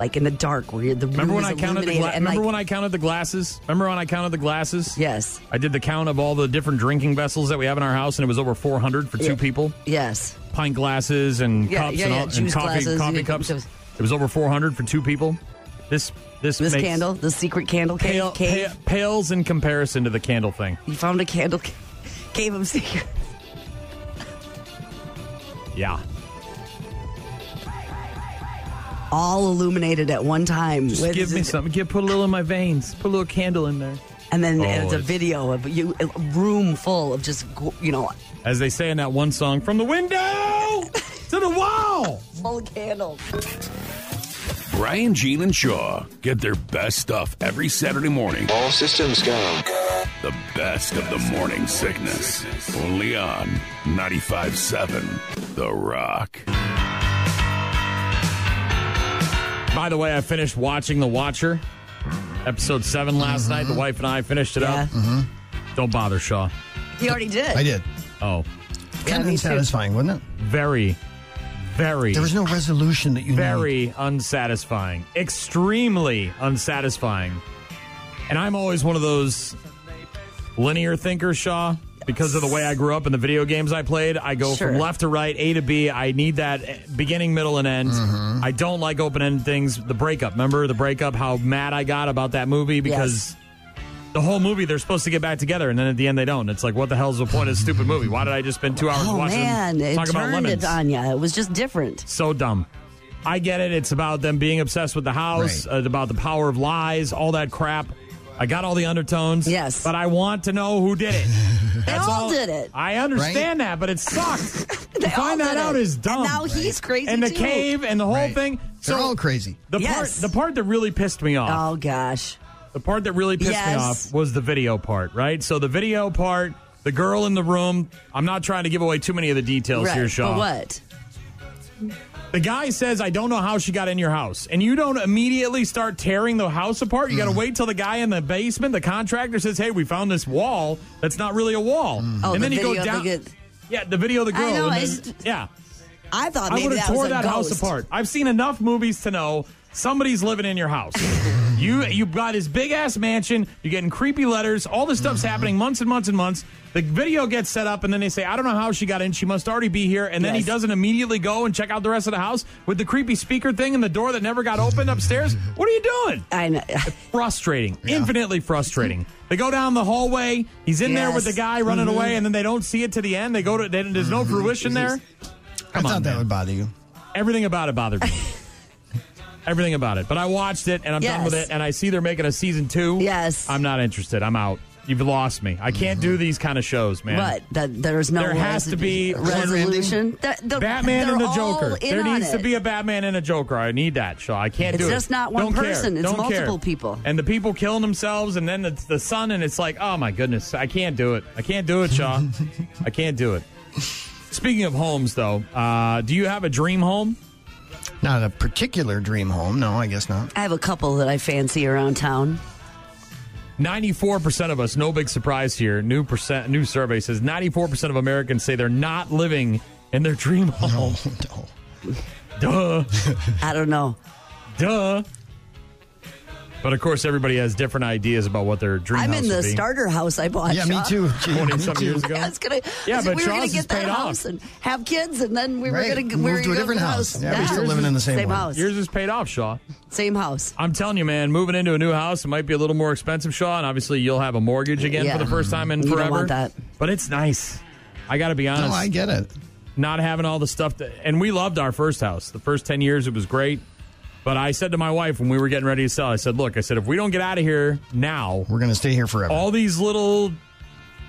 S8: like in the dark where you're the
S6: Remember
S8: room
S6: when
S8: is
S6: I counted the
S8: illuminated
S6: gla-
S8: and
S6: remember
S8: like,
S6: when I counted the glasses? Remember when I counted the glasses? Yes. I did the count of all the different drinking vessels that we have in our house and it was over 400 for two
S8: Yeah.
S6: people.
S8: Yes.
S6: Pint glasses and
S8: Yeah,
S6: cups
S8: yeah,
S6: and,
S8: yeah,
S6: all, and
S8: juice
S6: coffee
S8: glasses,
S6: coffee
S8: yeah,
S6: cups.
S8: cups.
S6: It was over 400 for two people. This this
S8: This
S6: makes-
S8: candle, the secret candle cave.
S6: pale,
S8: cave.
S6: pa- pales in comparison to the candle thing.
S8: You found a candle, ca- gave him secret.
S6: Yeah.
S8: All illuminated at one time.
S6: Just
S8: with-
S6: give me something. Give put a little in my veins. Put a little candle in there.
S8: And then
S6: Oh,
S8: it's a
S6: it's-
S8: video of you, a room full of just, go- you know,
S6: As they say in that one song, from the window to the wall.
S8: full candles.
S2: Brian, Gene, and Shaw get their best stuff every Saturday morning. All systems go. The best of the morning sickness. Only on 95.7 The Rock.
S6: By the way, I finished watching The Watcher, episode seven last
S8: Mm-hmm.
S6: night. The wife and I finished it up. Mm-hmm. Don't bother, Shaw.
S8: You already did.
S6: Oh,
S8: Yeah,
S7: Kind of
S8: me too.
S7: unsatisfying, wasn't it?
S6: very, very.
S7: There was no resolution that you
S6: very unsatisfying, extremely unsatisfying. And I'm always one of those linear thinkers, Shaw. Because of the way I grew up and the video games I played, I go
S18: Sure.
S6: from left to right, A to B. I need that eh, beginning, middle, and end.
S8: Mm-hmm.
S6: I don't like open end things. The breakup, remember the breakup? How mad I got about that movie because the whole movie they're supposed to get back together, and then at the end they don't. It's like, what the hell's the point of this stupid movie? Why did I just spend two hours
S8: Oh,
S6: watching
S8: man.
S6: them
S8: It
S6: talk about
S8: turned
S6: lemons?
S8: it on you. It was just different.
S6: So dumb. I get it. It's about them being obsessed with the house, uh, about the power of lies, all that crap. I got all the undertones. Yes. But I want to know who did it. That's
S8: they all, did it.
S6: I understand that, but it sucked.
S8: They
S6: to find
S8: all
S6: that
S8: did
S6: out
S8: it.
S6: is dumb.
S8: And now he's crazy,
S6: And the
S8: too.
S6: cave and the whole
S7: Right.
S6: thing.
S7: They're all crazy.
S6: The
S7: Yes.
S6: part the part that really pissed me off.
S8: Oh gosh.
S6: The part that really pissed me
S7: Yes.
S6: off was the video part, right? So the video part, the girl in the room. I'm not trying to give away too many of the details
S8: Right,
S6: here,
S8: but
S6: Shaw.
S8: what?
S6: The guy says, I don't know how she got in your house. And you don't immediately start tearing the house apart. You got
S8: Mm-hmm.
S6: to wait till the guy in the basement, the contractor says, Hey, we found this wall that's not really a wall.
S8: Oh,
S6: and
S8: the
S6: then you
S8: video
S6: go
S8: of the
S6: down.
S8: good-
S6: yeah, the video of the
S8: I
S6: girl.
S8: know,
S6: and
S8: it's-
S6: then- yeah.
S8: I thought
S6: I
S8: maybe
S6: would
S8: that
S6: have
S8: was
S6: tore
S8: a
S6: that house
S8: ghost.
S6: apart. I've seen enough movies to know somebody's living in your house. you you've got this big ass mansion. You're getting creepy letters. All this
S8: Mm-hmm.
S6: stuff's happening months and months and months. The video gets set up, and then they say, "I don't know how she got in. She must already be here." And then he
S8: Yes.
S6: doesn't immediately go and check out the rest of the house with the creepy speaker thing and the door that never got opened upstairs. What are you doing?
S8: I know.
S6: frustrating, infinitely frustrating. They go down the hallway. He's in there with the
S7: Yes.
S6: guy running
S8: Mm-hmm.
S7: Mhm.
S6: away, and then they don't see it to the end. They go to. They, there's no fruition there.
S7: I thought that would bother you.
S6: Everything about it bothered me. Everything about it. But I watched it and I'm done with
S8: Yes.
S6: it. And I see they're making a season two. Yes. I'm not interested. I'm out. You've lost me. I can't
S8: Mm-hmm.
S6: do these kind of shows, man.
S8: What? That there's no
S6: There has to be
S8: res- resolution. That- the-
S6: Batman
S8: they're
S6: and the
S8: all
S6: Joker.
S8: in
S6: There
S8: on
S6: needs to
S8: it.
S6: be a Batman and a Joker. I need that show. I can't
S8: It's
S6: do it.
S8: just not one
S6: Don't care.
S8: person. It's
S6: Don't care.
S8: multiple people.
S6: And the people killing themselves, and then it's the sun, and it's like, oh my goodness, I can't do it. I can't do it, Shaw. I can't do it. Speaking of homes, though, uh, do you have a dream home?
S7: Not a particular dream home. No, I guess not.
S8: I have a couple that I fancy around town.
S6: 94% of us, no big surprise here, new percent new survey says 94% of Americans say they're not living in their dream home. Duh.
S8: I don't know.
S6: Duh. But of course everybody has different ideas about what their dream
S8: I'm
S6: house
S8: in the
S6: would be.
S8: starter house I bought. Shaw.
S6: 20 some years ago.
S8: I was gonna,
S6: Yeah,
S8: I said
S6: but
S8: we were
S6: Shaw's
S8: gonna
S6: is
S8: get that
S6: paid off.
S8: house and have kids, and then we
S7: Right.
S8: were gonna
S7: Move
S8: we were
S7: to a
S8: gonna go
S7: different house. Yeah, we're still
S8: Yours
S7: living in the
S8: is-
S7: same one.
S8: house.
S6: Yours is paid off, Shaw.
S8: Same house.
S6: I'm telling you, man, moving into a new house, it might be a little more expensive, Shaw, and obviously you'll have a mortgage again
S8: Yeah.
S6: for the first time in
S8: You don't
S6: forever.
S8: want that.
S6: But it's nice. I got to be honest.
S7: No, I get it.
S6: Not having all the stuff that, and we loved our first house. The first 10 years, it was great. But I said to my wife when we were getting ready to sell, I said, look, I said, if we don't get out of here now,
S7: We're going to stay here forever.
S6: all these little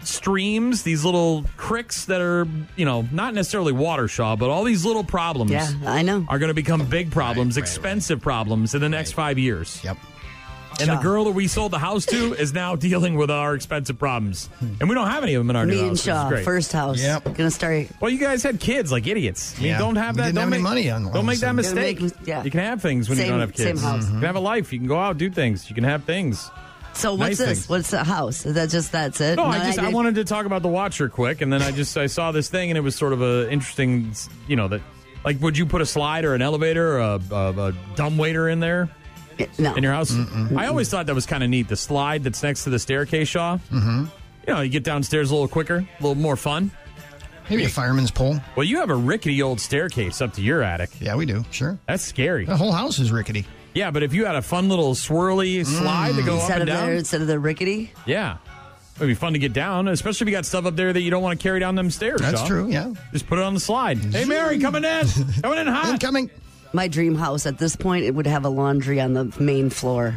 S6: streams, these little cricks that are, you know, not necessarily water shaw, but all these little problems.
S8: Yeah, I know.
S6: Are going to become big problems, expensive problems in the next five years.
S7: Yep.
S6: And the girl that we sold the house to is now dealing with our expensive problems. And we don't have any of them in our
S8: Me
S6: new
S8: and
S6: house. which is
S8: Shaw,
S6: great.
S8: first house. Gonna start.
S6: Well, you guys had kids like idiots. I mean,
S8: Yeah.
S6: don't have
S8: We
S6: that.
S8: didn't
S6: don't
S8: have any
S6: make
S8: money on
S6: Don't
S8: loans,
S6: make
S8: so-
S6: that mistake.
S8: Didn't make- yeah.
S6: You can have things when you
S8: Same-
S6: don't have kids.
S8: same house.
S6: You can have a life. You can go out, do things. You can have things.
S8: So what's
S6: Nice
S8: this?
S6: things.
S8: What's the house? Is that just that's it?
S6: No, I just I
S8: did-
S6: wanted to talk about the Watcher quick, and then I just I saw this thing, and it was sort of a interesting, you know, that like would you put a slide or an elevator or a, a, a dumb waiter in there?
S8: No.
S6: in your house. I always thought that was kind of neat. The slide that's next to the staircase, Shaw. Mm-hmm. You know, you get downstairs a little quicker, a little more fun.
S7: Maybe a fireman's pole.
S6: Well, you have a rickety old staircase up to your attic.
S7: Yeah, we do. Sure,
S6: that's scary.
S7: The whole house is rickety.
S6: Yeah, but if you had a fun little swirly slide to go up
S8: instead
S6: and
S8: of
S6: down,
S8: the instead of the rickety.
S6: yeah, it'd be fun to get down, especially if you got stuff up there that you don't want to carry down them stairs.
S8: That's
S6: Shaw.
S8: true, yeah.
S6: just put it on the slide. Hey, Mary, coming in, coming in hot,
S7: coming.
S8: My dream house at this point it would have a laundry on the main floor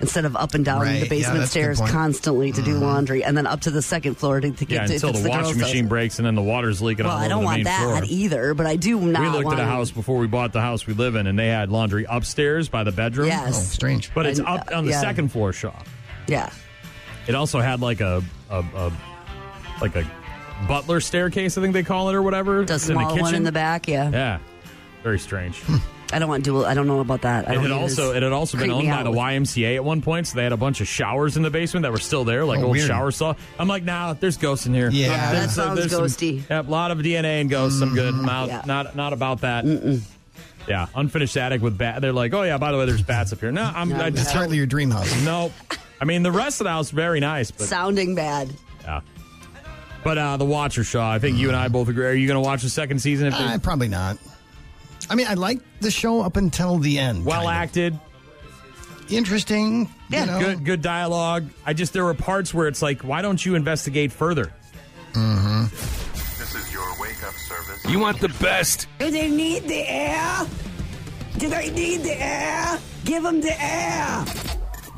S8: instead of up and down
S6: Right, yeah,
S8: the basement
S6: that's a good
S8: stairs
S6: point. Mm-hmm.
S8: constantly to do laundry and then up to the second floor to, to get
S6: yeah,
S8: to, if
S6: until
S8: it's
S6: the,
S8: the girls'
S6: washing
S8: house.
S6: machine breaks and then the water's leaking.
S8: Well,
S6: all
S8: I
S6: over
S8: don't
S6: the
S8: want
S6: main
S8: that
S6: floor.
S8: either, but I do not.
S6: we looked
S8: want
S6: at a house before we bought the house we live in, and they had laundry upstairs by the bedroom.
S8: Yes. Oh, strange.
S6: But it's
S8: And,
S6: up
S8: uh,
S6: on the
S8: yeah.
S6: second floor shop.
S8: Yeah.
S6: It also had like a, a, a like a butler staircase, I think they call it, or whatever.
S8: The
S6: It's
S8: small
S6: in the
S8: one
S6: kitchen.
S8: in the back, yeah.
S6: Yeah, very strange.
S8: I don't want dual. I don't know about that. I
S6: It
S8: don't
S6: had
S8: think it's-
S6: also it had also been
S8: creep
S6: owned
S8: me
S6: by
S8: out
S6: the
S8: with-
S6: YMCA at one point, so they had a bunch of showers in the basement that were still there, like
S7: Oh,
S6: old
S7: weird.
S6: shower saw. I'm like, nah, there's ghosts in here.
S7: Yeah. Yeah,
S6: There's-
S7: that sounds
S6: there's some-
S7: ghosty.
S6: Yep, a lot of DNA and ghosts. I'm good. I'm out,
S7: Yeah.
S6: Not not about that. Yeah, unfinished attic with bat. They're like, oh yeah, by the way, there's bats up here. No, I'm.
S8: No,
S6: I
S8: It's
S6: just,
S7: hardly your dream house.
S6: No, I mean the rest of the house very nice, but
S8: sounding bad.
S6: yeah. But uh, the Watcher Shaw, I think you and I both agree. Are you going to watch the second season? If
S7: Uh,
S6: there's
S7: probably not. I mean, I like the show up until the end.
S6: well acted,
S7: Interesting.
S6: Yeah, good good dialogue. I just there were parts where it's like, why don't you investigate further?
S17: This is your wake up service.
S2: You want the best?
S4: Do they need the air? Do they need the air? Give them the air.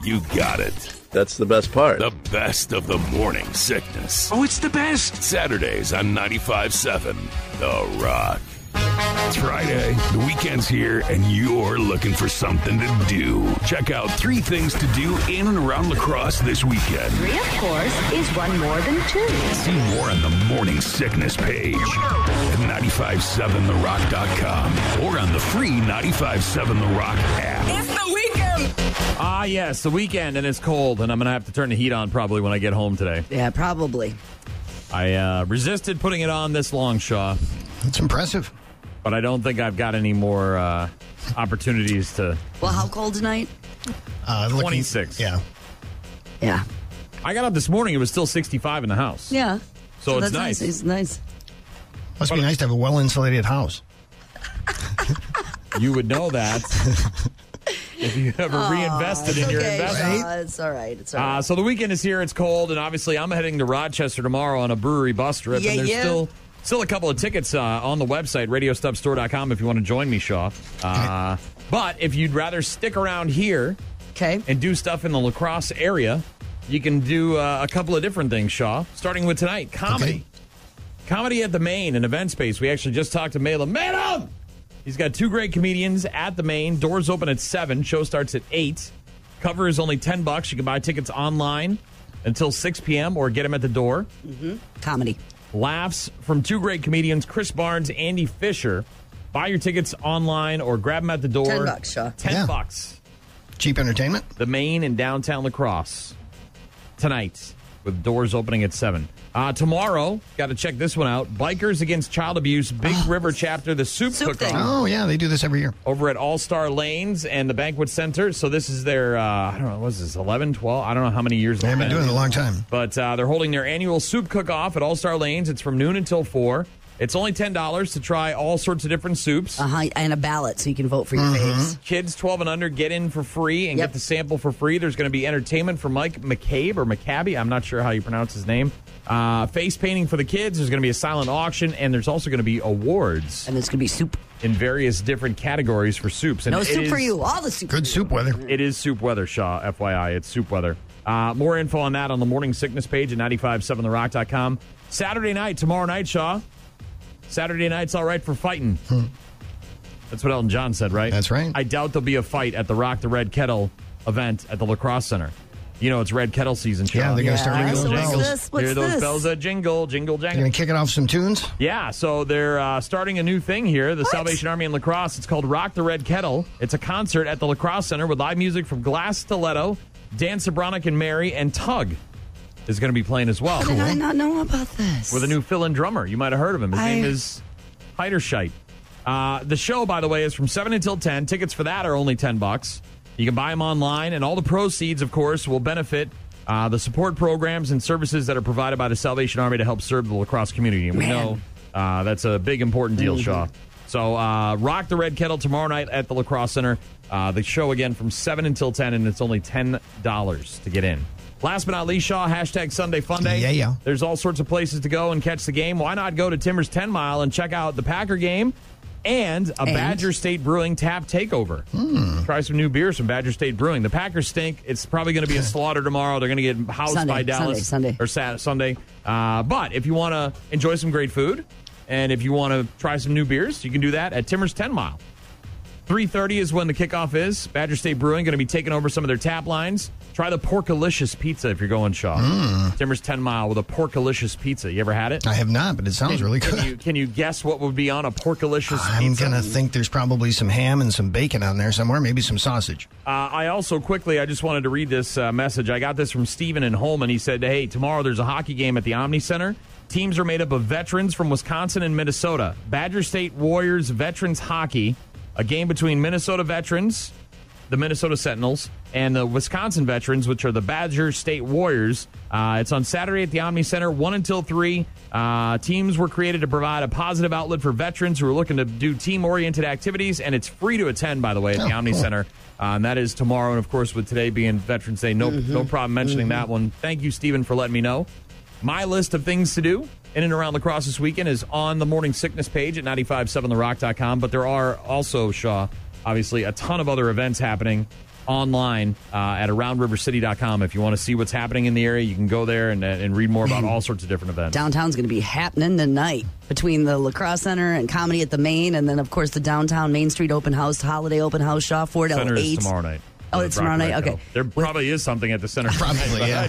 S2: You got it. That's the best part. The best of the morning sickness. Oh, it's the best. Saturdays on 95.7 The Rock. It's Friday. The weekend's here, and you're looking for something to do. Check out three things to do in and around lacrosse this weekend.
S16: Three, of course, is one more than two.
S2: See more on the Morning Sickness page at 957therock.com or on the free 957 The Rock app.
S4: It's the weekend.
S6: Ah, yes, the weekend, and it's cold, and I'm going to have to turn the heat on probably when I get home today.
S8: Yeah, probably.
S6: I uh, resisted putting it on this long, Shaw.
S7: That's impressive.
S6: But I don't think I've got any more uh, opportunities to.
S8: Well, how cold tonight?
S7: Uh,
S6: 26.
S7: Yeah.
S8: Yeah.
S6: I got up this morning, it was still 65 in the house.
S8: Yeah.
S6: So it's
S8: that's
S6: nice.
S8: It's nice.
S7: Must be nice to have a well insulated house.
S6: You would know that if you ever
S8: Aw,
S6: reinvested in
S8: it's
S6: your
S8: okay,
S6: investment.
S8: Shaw, it's all right. It's all right.
S6: Uh, so the weekend is here. It's cold, and obviously, I'm heading to Rochester tomorrow on a brewery bus trip.
S8: Yeah,
S6: and there's
S8: yeah.
S6: still still a couple of tickets uh, on the website radiostubstore.com if you want to join me, Shaw. Uh, but if you'd rather stick around here,
S8: okay,
S6: and do stuff in the Lacrosse area, you can do uh, a couple of different things, Shaw. Starting with tonight, comedy. Comedy at the Main, an event space. We actually just talked to Malum. Malum! He's got two great comedians at the Main. Doors open at 7. Show starts at 8. Cover is only 10 bucks. You can buy tickets online until 6 p.m. or get them at the door. Mm-hmm.
S8: Comedy.
S6: Laughs from two great comedians, Chris Barnes, Andy Fisher. Buy your tickets online or grab them at the door.
S8: 10 bucks, Shaw.
S6: 10
S8: Yeah.
S6: bucks.
S7: Cheap entertainment?
S6: The main in downtown lacrosse tonight with doors opening at 7. Uh, tomorrow, got to check this one out. Bikers Against Child Abuse, Big River Chapter, the Soup, Cook-Off
S7: Oh, yeah, they do this every year.
S6: over at All Star Lanes and the Banquet Center. So this is their, uh, I don't know, what is this, 11, 12? I don't know how many years they've
S7: been doing it a long time.
S6: But uh, they're holding their annual soup cook-off at All Star Lanes. It's from noon until 4. It's only $10 to try all sorts of different soups.
S8: Uh huh. And a ballot so you can vote for your faves.
S6: Kids 12 and under get in for free and get the sample for free. There's going to be entertainment for Mike McCabe or McCabby. I'm not sure how you pronounce his name. Uh, face painting for the kids. There's going to be a silent auction, and there's also going to be awards.
S8: And there's going to be soup
S6: in various different categories for soups. And
S8: no
S6: it
S8: soup for
S6: is-
S8: you. All the soup.
S7: Good soup weather.
S6: It is soup weather, Shaw. FYI, it's soup weather. Uh, more info on that on the morning sickness page at 957therock.com. Saturday night, tomorrow night, Shaw. Saturday night's all right for fighting. That's what Elton John said, right? That's
S7: Hmm. right.
S6: I doubt there'll be a fight at the Rock the Red Kettle event at the lacrosse center. You know, it's red kettle season.
S7: Yeah,
S6: Sean.
S7: they're gonna start
S6: Hear
S7: ringing
S6: those
S7: those
S6: jingles.
S7: bells. What's
S6: Hear those
S7: this?
S6: bells that jingle, jingle,
S7: You're
S6: jangle.
S7: going to kick it off some tunes?
S6: Yeah, so they're uh, starting a new thing here, the Salvation Army in Lacrosse. It's called Rock the Red Kettle. It's a concert at the Lacrosse Center with live music from Glass Stiletto, Dan Sobronic and Mary, and Tug is going to be playing as well.
S18: How did I not know about this?
S6: With a new fill-in drummer. You might have heard of him. His
S18: I-
S6: name is Heiderscheit. Uh, the show, by the way, is from 7 until 10. Tickets for that are only 10 bucks. You can buy them online, and all the proceeds, of course, will benefit uh, the support programs and services that are provided by the Salvation Army to help serve the lacrosse community. And we know uh, that's a big, important deal,
S7: Mm-hmm.
S18: Mhm.
S6: Shaw. So, uh, rock the red kettle tomorrow night at the Lacrosse Center. Uh, the show again from 7 until 10, and it's only $10 to get in. Last but not least, Shaw, hashtag Sunday Funday.
S7: Yeah, yeah.
S6: There's all sorts of places to go and catch the game. Why not go to Timbers 10 Mile and check out the Packer game and a Badger State Brewing tap takeover? Try some new beers from Badger State Brewing. The Packers stink. It's probably going to be a slaughter tomorrow. They're going to get housed
S18: Sunday,
S6: by Dallas
S18: Sunday, Sunday.
S6: or Sat- Sunday. Uh, but if you want to enjoy some great food and if you want to try some new beers, you can do that at Timbers 10 Mile. 3.30 is when the kickoff is. Badger State Brewing going to be taking over some of their tap lines. Try the Porkalicious Pizza if you're going Shaw. Timbers 10 Mile with a Porkalicious Pizza. You ever had it?
S7: I have not, but it sounds really good.
S6: Can you, can you guess what would be on a Porkalicious
S7: I'm
S6: Pizza?
S7: going to think there's probably some ham and some bacon on there somewhere, maybe some sausage.
S6: Uh, I also quickly, I just wanted to read this uh, message. I got this from Steven in Holman. He said, Hey, tomorrow there's a hockey game at the Omni Center. Teams are made up of veterans from Wisconsin and Minnesota. Badger State Warriors Veterans Hockey, a game between Minnesota veterans, the Minnesota Sentinels, and the Wisconsin veterans, which are the Badger State Warriors. Uh, it's on Saturday at the Omni Center, 1 until 3. Uh, teams were created to provide a positive outlet for veterans who are looking to do team oriented activities, and it's free to attend, by the way, at the Omni Center. Uh, and that is tomorrow. And of course, with today being Veterans Day, no, no problem mentioning that one. Thank you, Stephen, for letting me know. My list of things to do in and around lacrosse this weekend is on the morning sickness page at 957therock.com. But there are also, Shaw, obviously, a ton of other events happening online uh, at aroundrivercity.com. If you want to see what's happening in the area, you can go there and, uh, and read more about all sorts of different events.
S8: Downtown's going to be happening tonight between the Lacrosse Center and Comedy at the Main, and then of course the downtown Main Street Open House, Holiday Open House, Shaw Ford
S6: Center is
S8: L8.
S6: tomorrow night.
S8: Oh,
S6: The
S8: it's
S6: Rock
S8: tomorrow
S6: the
S8: night?
S6: Red
S8: Okay.
S6: Kettle. There probably is something at the center. Probably, but yeah.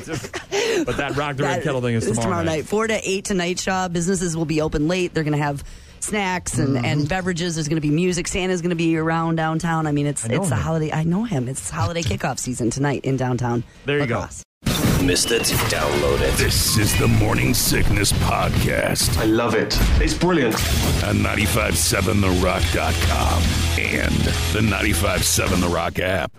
S6: but that Rock the Red
S8: That-
S6: Kettle thing is
S8: it's
S6: tomorrow, night.
S8: Four to eight tonight, Shaw. Businesses will be open late. They're going to have snacks
S6: Mm-hmm.
S8: and, and beverages. There's going to be music. Santa's going to be around downtown. I mean, it's
S6: I know
S8: it's a
S6: him.
S8: holiday. I know him. It's holiday kickoff season tonight in downtown.
S2: There you
S18: go.
S2: Missed it? Download it. This is the Morning Sickness Podcast. I love it. It's brilliant. On 957therock.com and the 957 The Rock app.